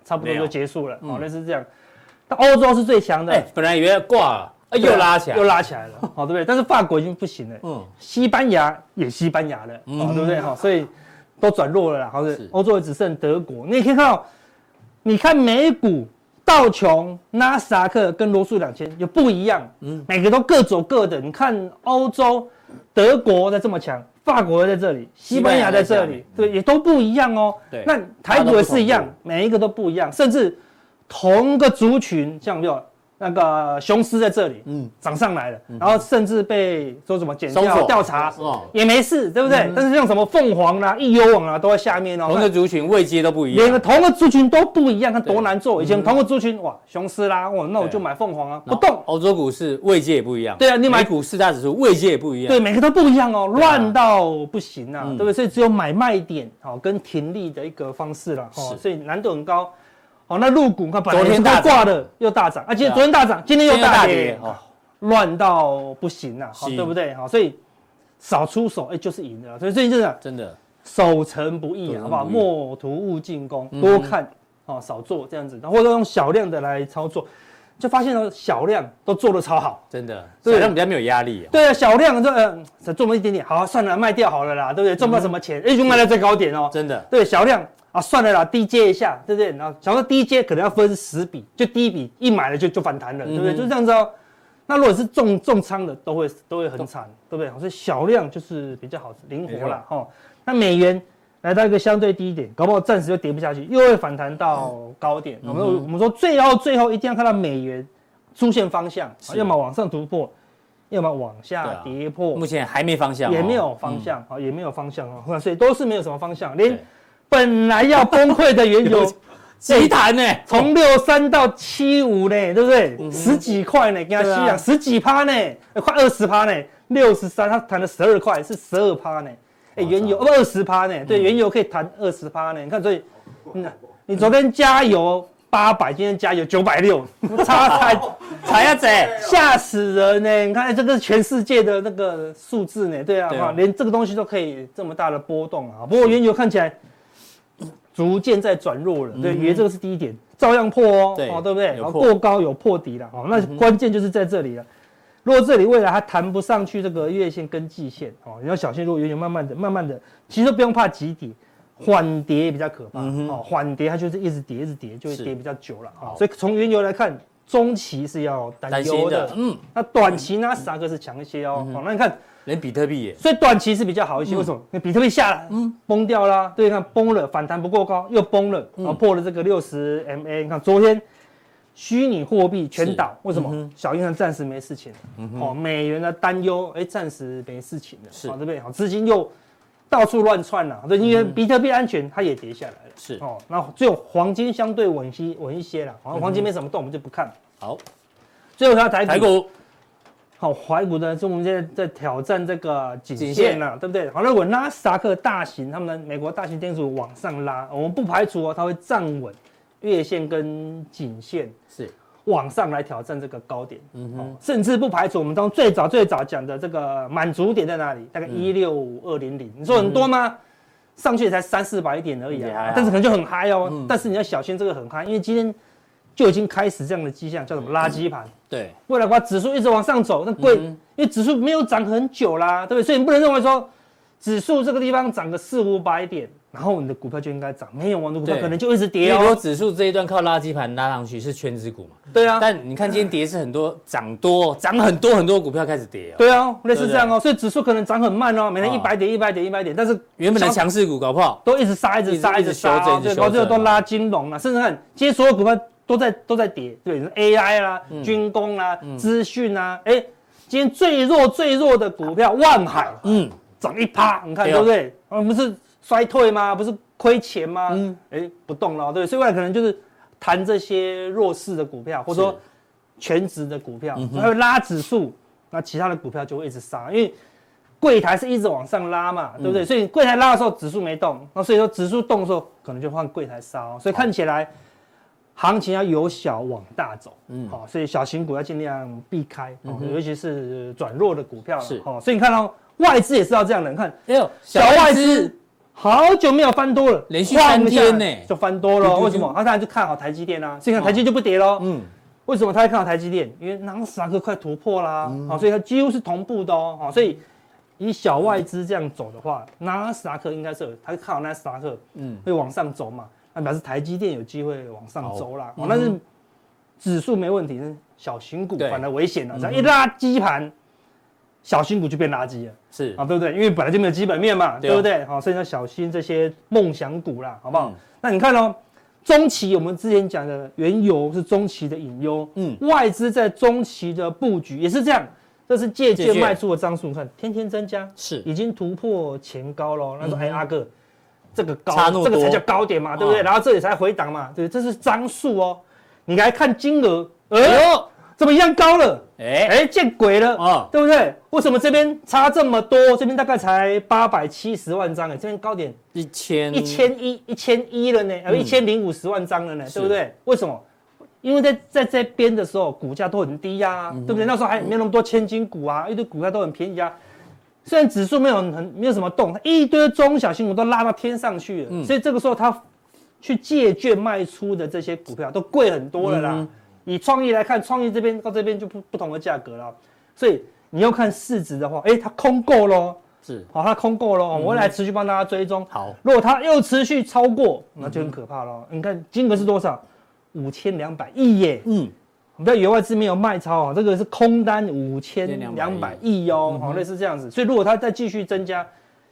Speaker 1: 差不多
Speaker 2: 没
Speaker 1: 就
Speaker 2: 有嗯
Speaker 1: 结束了，好，类似这样。但欧洲是最强的
Speaker 2: 哎，，本来以为要挂了，哎，
Speaker 1: 对啊
Speaker 2: 又拉起来，
Speaker 1: 又，拉起 来了，哦好，对不对？但是法国已经不行了，
Speaker 2: 嗯，
Speaker 1: 西班牙也西班牙了，哦，对不对？哈，所以都转弱了啦，好像
Speaker 2: 是
Speaker 1: 欧洲也只剩德国。你也可以看到，你看美股、道琼、纳斯达克跟罗素两千有不一样，嗯，每个都各走各的。你看欧洲，德国在这么强，法国在这里，西班牙在这里，对，也都不一样哦。
Speaker 2: 对
Speaker 1: 那台股也是一
Speaker 2: 大家
Speaker 1: 样
Speaker 2: 都不同，
Speaker 1: 每一个都不一样，甚至同个族群，像没有那个雄狮在这里，嗯，涨上来了，然后甚至被说什么检
Speaker 2: 搜
Speaker 1: 调
Speaker 2: 索
Speaker 1: 调查
Speaker 2: 哦，
Speaker 1: 也没事，对不对？但是像什么凤凰啦、易优网啦，都在下面哦。
Speaker 2: 同个族群位阶都不一
Speaker 1: 连个
Speaker 2: 样，
Speaker 1: 同个族群都不一样，看多
Speaker 2: 对嗯
Speaker 1: 难做。以前同个族群，哇，雄狮啦，哇，那我就
Speaker 2: 对
Speaker 1: 买凤凰啊，不
Speaker 2: 然后
Speaker 1: 动。
Speaker 2: 哦欧洲股市位阶也不一样，
Speaker 1: 对啊你买
Speaker 2: 美股四大指数位阶也不一样，
Speaker 1: 对，每个都不一样哦，
Speaker 2: 啊对啊
Speaker 1: 乱到不行啊，
Speaker 2: 嗯
Speaker 1: 对不对？所以只有买卖点哦，跟停利的一个方式了哦
Speaker 2: 是，
Speaker 1: 所以难度很高。哦，那入股看本来
Speaker 2: 昨天
Speaker 1: 也是
Speaker 2: 大涨
Speaker 1: 挂的又大涨，而且
Speaker 2: 对啊
Speaker 1: 昨天大涨，今天
Speaker 2: 今
Speaker 1: 又
Speaker 2: 天又
Speaker 1: 大
Speaker 2: 大
Speaker 1: 跌
Speaker 2: 跌，哦，
Speaker 1: 乱到不行啊，好
Speaker 2: 是
Speaker 1: 对不对？好，所以少出手，哎、就是赢了。所以最近真的
Speaker 2: 真的
Speaker 1: 守成不易
Speaker 2: 守
Speaker 1: 啊，
Speaker 2: 成
Speaker 1: 好不好？
Speaker 2: 不易嗯
Speaker 1: 啊莫图勿进攻，多看哦，少做这样子，然后或者用小量的来操作。就发现了小量都做得超好。
Speaker 2: 真的，
Speaker 1: 对
Speaker 2: 小量比较没有压力、哦。
Speaker 1: 对啊，小量就嗯，才赚了一点点，好、啊、算了，卖掉好了啦，对不对？赚不到什么钱，哎、就卖到最高点哦。
Speaker 2: 真的
Speaker 1: 对，小量啊，算了啦，低接一下，对不对？然后想说低接可能要分十笔，就第一笔一买了就就反
Speaker 2: 嗯
Speaker 1: 弹了，对不对？就这样子哦。那如果是重重仓的，都会都会很惨，对不对？所以小量就是比较好灵活啦，哈。那美元来到一个相对低点，搞不好暂时就跌不下去，又会反弹到高点。
Speaker 2: 嗯
Speaker 1: 我们、我们说最后最后一定要看到美元出现方向，啊要么往上突破，要么往
Speaker 2: 对
Speaker 1: 下
Speaker 2: 啊
Speaker 1: 跌破。
Speaker 2: 目前还没方向、哦，
Speaker 1: 也没有方向啊、也没有方向啊、所以都是没有什么方向，连
Speaker 2: 对
Speaker 1: 本来要崩溃的原油
Speaker 2: 有哦急弹呢，
Speaker 1: 从六三到七五呢，对不对？十几块呢，给它吸
Speaker 2: 嗯对啊
Speaker 1: 氧，十几趴呢，呃快二十趴呢，六十三，它弹了十二块，是十二趴呢。哎，
Speaker 2: 哇
Speaker 1: 原油二十趴呢，
Speaker 2: 嗯
Speaker 1: 对，原油可以弹二十趴呢。你看，所以，嗯，你昨天加油八百，今天加油九百六， 差太
Speaker 2: 踩下仔，
Speaker 1: 吓死人呢、你看、哎这个是全世界的那个数字呢、对啊，
Speaker 2: 对啊
Speaker 1: 哇连这个东西都可以这么大的波动啊。不过原油看起来逐渐在转弱了，对，原这个是第一点，照样破哦，
Speaker 2: 嗯对
Speaker 1: 哦，对不对？
Speaker 2: 有
Speaker 1: 哦
Speaker 2: 破嗯
Speaker 1: 过高有破底了，哦，那关键就是在这里了。如果这里未来它弹不上去这个月线跟季线哦，你要小心。如果原油慢慢的、慢慢的，其实都不用怕急跌，缓跌比较可怕、哦。缓跌它就是一直跌、一直跌，就会
Speaker 2: 嗯是
Speaker 1: 跌比较久了啊、哦。所以从原油来看，中期是要担
Speaker 2: 担
Speaker 1: 忧
Speaker 2: 心
Speaker 1: 的
Speaker 2: 的，，嗯，
Speaker 1: 那短期呢，啥个是强一些哦。好，那你看，
Speaker 2: 连比特币也
Speaker 1: 所以短期是比较好一些。为什么？那比特币下来，嗯，崩掉啦。对，你看崩了，反弹不够高，又崩了，啊，破了这个六十 MA。你看昨天虚拟货币全倒，为什么？小银行暂时没事情，哦，美元的担忧，哎，暂时没事情了，哦
Speaker 2: 是
Speaker 1: 好，对不对？好，资金又到处乱窜了，对，因为比特币安全，它也跌下来了。
Speaker 2: 是
Speaker 1: 哦，那只有黄金相对稳些稳一些了，好像黄金没什么动，我们就不看。
Speaker 2: 好。
Speaker 1: 最后它台
Speaker 2: 台
Speaker 1: 股
Speaker 2: 股
Speaker 1: 好，怀古呢，就我们现在在挑战这个颈
Speaker 2: 颈
Speaker 1: 线
Speaker 2: 线
Speaker 1: 了、对不对？好，那如果纳斯达克大型，他们的美国大型电子股往上拉，我们不排除哦，它会站稳月线跟颈线
Speaker 2: 是
Speaker 1: 往上来挑战这个高点，嗯哼，甚至不排除我们当最早最早讲的这个满足点在哪里，大概一六五二零零，你说很多吗？上去才三四百点而已
Speaker 2: 也还
Speaker 1: 啊
Speaker 2: 好，
Speaker 1: 但是可能就很嗨哦，但是你要小心这个很嗨，因为今天就已经开始这样的迹象，叫什么垃圾盘。
Speaker 2: 对
Speaker 1: 未来的话，指数一直往上走，那贵，
Speaker 2: 嗯
Speaker 1: 因为指数没有涨很久啦，对不对？所以你不能认为说指数这个地方涨个四五百点，然后你的股票就应该涨，没有啊，你的股票
Speaker 2: 对
Speaker 1: 可能就一直
Speaker 2: 因
Speaker 1: 跌
Speaker 2: 为如果
Speaker 1: 哦。
Speaker 2: 指数这一段靠垃圾盘拉上去是全指股嘛，
Speaker 1: 对啊，
Speaker 2: 但你看今天跌是很多涨多涨很多很多股票开始跌哦，
Speaker 1: 对啊，类似这样哦，所以指数可能涨很慢哦，每天
Speaker 2: 哦
Speaker 1: 一百点、一百点、一百点，但是
Speaker 2: 原本的
Speaker 1: 小
Speaker 2: 强势股搞不好
Speaker 1: 都一直杀，一直杀，
Speaker 2: 一
Speaker 1: 一
Speaker 2: 直
Speaker 1: 直杀
Speaker 2: 修正
Speaker 1: 哦，
Speaker 2: 一直
Speaker 1: 对，
Speaker 2: 修
Speaker 1: 到最后
Speaker 2: 正啊
Speaker 1: 都拉金融啊了，甚至看今天所有股票都在都在跌，对，AI
Speaker 2: 嗯
Speaker 1: 啦、军工啦、资讯啦，哎，今天最弱最弱的股票万海，
Speaker 2: 嗯，
Speaker 1: 涨一趴，你看
Speaker 2: 对
Speaker 1: 对
Speaker 2: 哦
Speaker 1: 不对？啊，不是衰退吗？不是亏钱吗？嗯，哎，不动了，对，所以未来可能就是谈这些弱势的股票，或者说全值的股
Speaker 2: 嗯
Speaker 1: 票，还有拉指数，那其他的股票就会一直杀，因为柜台是一直往上拉嘛，对不对？所以柜台拉的时候指数没动，那所以说指数动的时候可能就换柜台杀、哦，所以看起来行情要由小往大走，嗯，好、所以小型股要尽量避开，哦尤其是转弱的股票了
Speaker 2: 是
Speaker 1: 哦，所以你看到、哦、外资也是要这样的，你看
Speaker 2: 哎呦
Speaker 1: 小外资好久没有翻多了，
Speaker 2: 连续三天呢
Speaker 1: 晃一下就翻多了哦，
Speaker 2: 嘟嘟嘟
Speaker 1: 为什么？他当然就看好台积电
Speaker 2: 哦
Speaker 1: 啦、所以看台积电就不跌喽，嗯。为什么他会看好台积电？因为纳斯达克快突破啦，
Speaker 2: 嗯
Speaker 1: 好、所以它几乎是同步的哦，好、所以以小外资这样走的话，纳斯达克应该是有它看好纳斯达克，嗯，会往上走嘛，那表示台积电有机会往上走啦。哦，但是指数没问题，但是小型股
Speaker 2: 对嗯
Speaker 1: 反而危险了，只要一拉基盘，小型股就变垃圾了。
Speaker 2: 是
Speaker 1: 啊，对不对？因为本来就没有基本面嘛，
Speaker 2: 对
Speaker 1: 对
Speaker 2: 哦
Speaker 1: 不对？好、所以要小心这些梦想股啦，好不好？
Speaker 2: 嗯
Speaker 1: 那你看哦，中期我们之前讲的原油是中期的隐忧，
Speaker 2: 嗯
Speaker 1: 嗯，外资在中期的布局也是这样，这是借
Speaker 2: 借
Speaker 1: 券
Speaker 2: 券
Speaker 1: 卖出的张数，你看天天增加，
Speaker 2: 是嗯
Speaker 1: 已经突破前高喽。那说，哎，阿哥，这个高
Speaker 2: 差那，么
Speaker 1: 这个才
Speaker 2: 多
Speaker 1: 叫高点嘛，对不对？
Speaker 2: 嗯
Speaker 1: 然后这里才回档嘛，对，这是张数哦。你来看金额，
Speaker 2: 哎
Speaker 1: 哎呦，怎么一样高了？
Speaker 2: 哎
Speaker 1: 哎，见鬼了
Speaker 2: 啊
Speaker 1: 啊，对不对？为什么这边差这么多？这边大概才八百七十万张哎，这边高点
Speaker 2: 一千
Speaker 1: 一千一一千一了呢，呃一千零五十万张了呢，对不对？为什么？因为在在这边的时候，股价都很低呀、对不对？那时候还没有那么多千金股啊，一堆股票都很便宜啊。虽然指数没有很很没有什么动，它一堆中小型股都拉到天上去了，所以这个时候它去借券卖出的这些股票都贵很多了啦。以创意来看，创意这边到这边就不不同的价格啦。所以你要看市值的话，哎、它空够喽，
Speaker 2: 是
Speaker 1: 好，它空够喽，我们来持续帮大家追踪。
Speaker 2: 好，
Speaker 1: 如果它又持续超过，那就很可怕喽。你看金额是多少？五千两百亿耶！
Speaker 2: 嗯，
Speaker 1: 不要以为外资没有卖超哦，这个是空单五千两百亿哦，好、类似这样子。所以如果它再继续增加，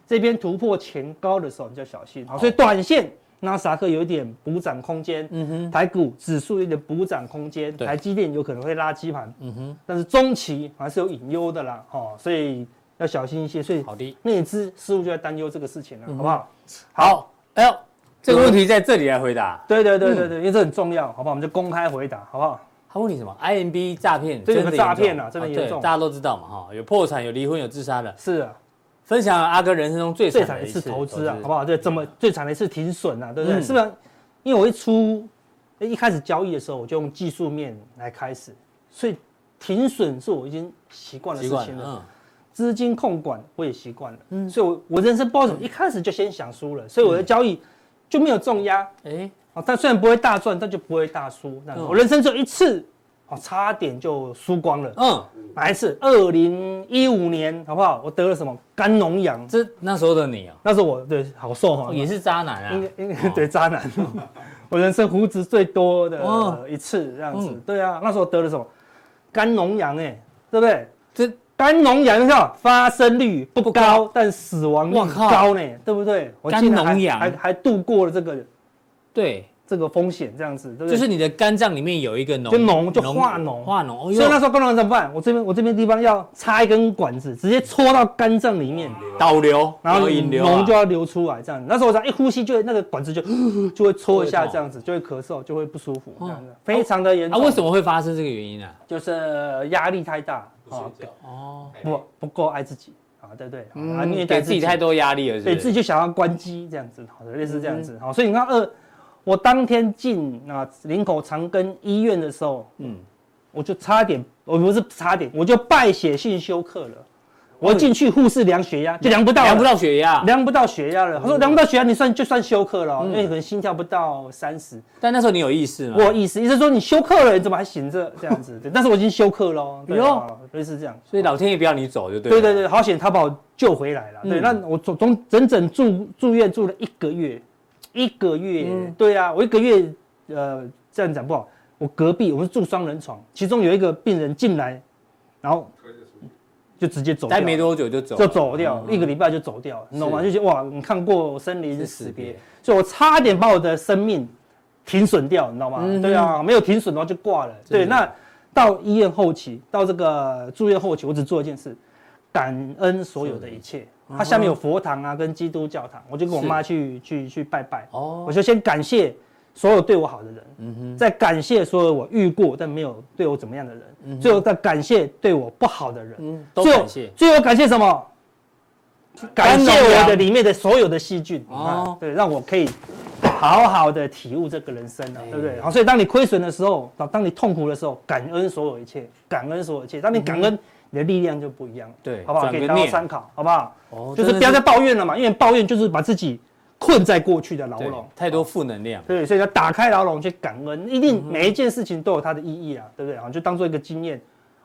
Speaker 1: 这边突破前高的时候，你就要小心。好，所以短线纳斯达克有一点补涨空间，嗯哼，台股指数有点补涨空间，
Speaker 2: 对
Speaker 1: 台积电有可能会拉基盘，嗯哼，但是中期还是有隐忧的啦，哦，所以要小心一些。所以
Speaker 2: 好的，
Speaker 1: 内资似乎就在担忧这个事情了，好不好？
Speaker 2: 好，哎呦，这个问题在这里来回答。
Speaker 1: 对对对对
Speaker 2: 嗯
Speaker 1: 对，因为这很重要，好不好？我们就公开回答，好不好？
Speaker 2: 他问你什么？IMB 诈骗，
Speaker 1: 这有个
Speaker 2: 真的严重哦
Speaker 1: 诈骗啊真的严
Speaker 2: 对
Speaker 1: 重
Speaker 2: 大家都知道嘛哈，有破产，有离婚，有自杀的。
Speaker 1: 是啊。
Speaker 2: 分享阿哥人生中最
Speaker 1: 最
Speaker 2: 惨
Speaker 1: 惨
Speaker 2: 的
Speaker 1: 的
Speaker 2: 一
Speaker 1: 一次
Speaker 2: 次
Speaker 1: 投资啊，好不好？对，怎么最惨的一次停损啊，对不对？
Speaker 2: 嗯
Speaker 1: 是不是？因为我一出一开始交易的时候，我就用技术面来开始，所以停损是我已经习惯的
Speaker 2: 习
Speaker 1: 事
Speaker 2: 惯
Speaker 1: 情了。
Speaker 2: 了，嗯
Speaker 1: 资金控管我也习惯了，所以我我人生不知道
Speaker 2: 嗯
Speaker 1: 怎么一开始就先想输了，所以我的交易就没有重压
Speaker 2: 嗯，哎，
Speaker 1: 啊。但虽然不会大赚，但就不会大输。那
Speaker 2: 嗯
Speaker 1: 我人生只有一次，哦，差点就输光了。
Speaker 2: 嗯，
Speaker 1: 哪一次？二零一五年，好不好？我得了什么肝脓疡？
Speaker 2: 这那时候的你啊，
Speaker 1: 那时候我对好瘦哈，
Speaker 2: 哦也是渣男啊，
Speaker 1: 嗯应该应该 对渣男，我人生胡子最多的
Speaker 2: 哦
Speaker 1: 一次这样子
Speaker 2: 嗯。
Speaker 1: 对啊，那时候得了什么肝脓疡哎，对不对？
Speaker 2: 这
Speaker 1: 肝脓疡哈，发生率不高，但死亡率
Speaker 2: 哇靠
Speaker 1: 高呢，对不对？我竟然
Speaker 2: 肝
Speaker 1: 还
Speaker 2: 脓疡
Speaker 1: 还还度过了这个
Speaker 2: 对，
Speaker 1: 这个风险，这样子，对不
Speaker 2: 就
Speaker 1: 对？
Speaker 2: 是你的肝脏里面有一个脓，
Speaker 1: 就脓就化脓
Speaker 2: 化脓，哦
Speaker 1: 所以那
Speaker 2: 哟，
Speaker 1: 时候肝脓疡怎么办？我这边我这边地方要插一根管子，直接戳到肝脏里面，
Speaker 2: 导流，
Speaker 1: 然后
Speaker 2: 引流啊
Speaker 1: 脓就要流出来，这样。那时候我只要一呼吸，就会那个管子就 就会戳一
Speaker 2: 会
Speaker 1: 下，
Speaker 2: 痛哦
Speaker 1: 这样子就会咳嗽，就会不舒服，这样子非常的严
Speaker 2: 啊，
Speaker 1: 重。
Speaker 2: 为什么会发生这个原因啊呢？
Speaker 1: 就是压力太大
Speaker 4: 不
Speaker 1: 啊
Speaker 4: 睡，觉，哎
Speaker 2: 哦，
Speaker 1: 不不够爱自己啊，对不对？啊，
Speaker 2: 嗯
Speaker 1: 虐待
Speaker 2: 给自己太，多压力了，是不
Speaker 1: 对
Speaker 2: 是
Speaker 1: 自己就想要关机这样子，好的，类似这样
Speaker 2: 嗯
Speaker 1: 子，啊好，所以你看二，我当天进啊林口长庚医院的时候，嗯，我就差点，我不是差点，我就败血性休克了。我进去护士量血压就量不到了，
Speaker 2: 哦量不到血压，
Speaker 1: 量不到血压了。
Speaker 2: 嗯
Speaker 1: 他说量不到血压，你算就算休克了哦、因为可能心跳不到三十。
Speaker 2: 但那时候你有意识吗？
Speaker 1: 我有意思意思说你休克了，你怎么还醒着这 样子？对，但是我已经休克了哦，对啊，类似这样。
Speaker 2: 所以老天爷不要你走就对
Speaker 1: 对
Speaker 2: 了。
Speaker 1: 对对，好险他把我救回来了。对，
Speaker 2: 嗯
Speaker 1: 那我总总整整住住院住了一个月，一个月，
Speaker 2: 嗯
Speaker 1: 对啊，我一个月，呃，这样讲不好。我隔壁我们是住双人床，其中有一个病人进来，然后
Speaker 4: 推着出去，
Speaker 1: 就直接走掉
Speaker 2: 待
Speaker 1: 了，
Speaker 2: 没多久就走了，嗯
Speaker 1: 就走掉，一个礼拜就走掉，你懂吗？
Speaker 2: 是
Speaker 1: 就觉得哇，你看过生离死
Speaker 2: 是死别
Speaker 1: 别，所以我差点把我的生命停损掉，你知道吗？
Speaker 2: 嗯哼
Speaker 1: 对啊，没有停损的话就挂了。
Speaker 2: 真
Speaker 1: 对，
Speaker 2: 的
Speaker 1: 那到医院后期，到这个住院后期，我只做一件事，感恩所有的一切。它下面有佛堂啊，跟基督教堂，我就跟我
Speaker 2: 嗯是
Speaker 1: 妈去去去拜拜。
Speaker 2: 哦
Speaker 1: 我就先感谢所有对我好的人，
Speaker 2: 嗯
Speaker 1: 再感谢所有我遇过但没有对我怎么样的人，最后再感谢对我不好的人，
Speaker 2: 嗯都
Speaker 1: 最后
Speaker 2: 感谢
Speaker 1: 最后感谢什么？感谢
Speaker 2: 肝脓
Speaker 1: 我
Speaker 2: 疡
Speaker 1: 的里面的所有的细菌，
Speaker 2: 哦
Speaker 1: 哦，对，让我可以好好的体悟这个人生
Speaker 2: 哎
Speaker 1: 啊，对不对？好，所以当你亏损的时候，当当你痛苦的时候，感恩所有一切，感恩所有一切。当你感恩，你的力量就不一样了，
Speaker 2: 对
Speaker 1: 好不好？
Speaker 2: 转个
Speaker 1: 给大家
Speaker 2: 念
Speaker 1: 参考，好不好？
Speaker 2: 哦
Speaker 1: 就是不要再抱怨了嘛，因为抱怨就是把自己困在过去的牢
Speaker 2: 对
Speaker 1: 笼。
Speaker 2: 太多负能量。
Speaker 1: 对，所以要打开牢笼去感恩，一定每一件事情都有它的意义啊，
Speaker 2: 嗯
Speaker 1: 对不对？啊，就当做一个经验，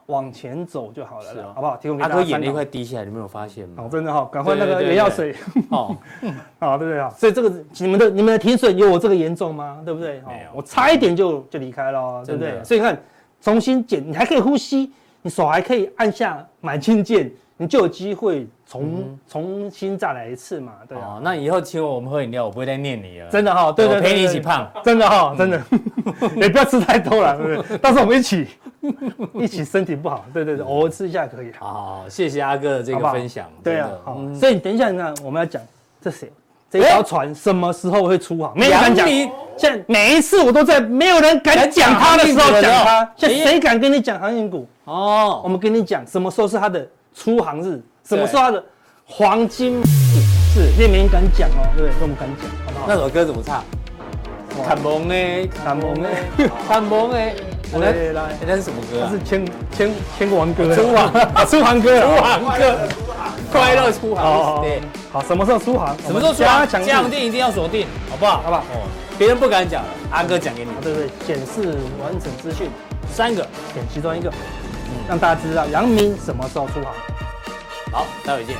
Speaker 1: 往前走就好了
Speaker 2: 是
Speaker 1: 啦
Speaker 2: 啊，
Speaker 1: 好不好？提供给
Speaker 2: 阿
Speaker 1: 大
Speaker 2: 哥
Speaker 1: 家
Speaker 2: 眼
Speaker 1: 参
Speaker 2: 泪
Speaker 1: 考
Speaker 2: 快。滴下来，你没有发现
Speaker 1: 哦
Speaker 2: 吗，？
Speaker 1: 真的哈，赶快那
Speaker 2: 对
Speaker 1: 个
Speaker 2: 对对
Speaker 1: 眼药水
Speaker 2: 哦，
Speaker 1: 啊，对不对啊？所以这个你们的你们的停损有我这个严重吗？对不对？哦
Speaker 2: 没有
Speaker 1: 我差一点就就离开了哦，对
Speaker 2: 真
Speaker 1: 不
Speaker 2: 的
Speaker 1: 对？所以你看，重新捡，你还可以呼吸，你手还可以按下买进键，你就有机会
Speaker 2: 嗯
Speaker 1: 重重新再来一次嘛，对啊。
Speaker 2: 哦，那以后请我们喝饮料，我不会再念你了。
Speaker 1: 真的哈，对对，
Speaker 2: 我
Speaker 1: 对
Speaker 2: 陪你一
Speaker 1: 对
Speaker 2: 起胖。
Speaker 1: 真的
Speaker 2: 嗯
Speaker 1: 哈、真的， 也不要吃太多了，对不对？到时候我们一起一起身体不好，对对对，偶尔吃一下可以，好
Speaker 2: 好，哦谢谢阿哥的嗯这
Speaker 1: 不好
Speaker 2: 个分享。
Speaker 1: 对啊
Speaker 2: 真的，
Speaker 1: 好、
Speaker 2: 嗯
Speaker 1: 所以你等一下呢，我们要讲这谁这条船什么时候会出航，没人敢
Speaker 2: 杨
Speaker 1: 讲。
Speaker 2: 明
Speaker 1: 现在每一次我都在没有人敢讲它的时候
Speaker 2: 敢讲
Speaker 1: 讲
Speaker 2: 航运
Speaker 1: 它
Speaker 2: 股，
Speaker 1: 现
Speaker 2: 的时候
Speaker 1: 在谁敢跟你讲航运股？我
Speaker 2: 哦，
Speaker 1: 们跟你讲什么时候是它的出航日，什么
Speaker 2: 对
Speaker 1: 时候它的黄金是，那没人敢讲哦，对不对？所以我们敢讲，好不好？
Speaker 2: 那首歌怎么唱？砍蒙呢？
Speaker 1: 那南 蒙呢？
Speaker 2: 砍蒙呢？我来，
Speaker 1: 来来
Speaker 2: 哎那是什么歌
Speaker 1: 他
Speaker 2: 啊？
Speaker 1: 是千千千王哥，
Speaker 2: 出航
Speaker 1: 啊，出航哥，出
Speaker 2: 航哥，快乐出
Speaker 1: 好
Speaker 2: 航。对，，
Speaker 1: 哦好，什么时候出航？
Speaker 2: 什么时候出航？
Speaker 1: 强
Speaker 2: 加强定一定要锁定，好不好？哦
Speaker 1: 好不好？
Speaker 2: 别人不敢讲，阿哥讲给你。
Speaker 1: 对对，显示完整资讯，
Speaker 2: 三个，
Speaker 1: 嗯选其中一个，让大家知道阳明什么时候出航。
Speaker 2: 好，待会见。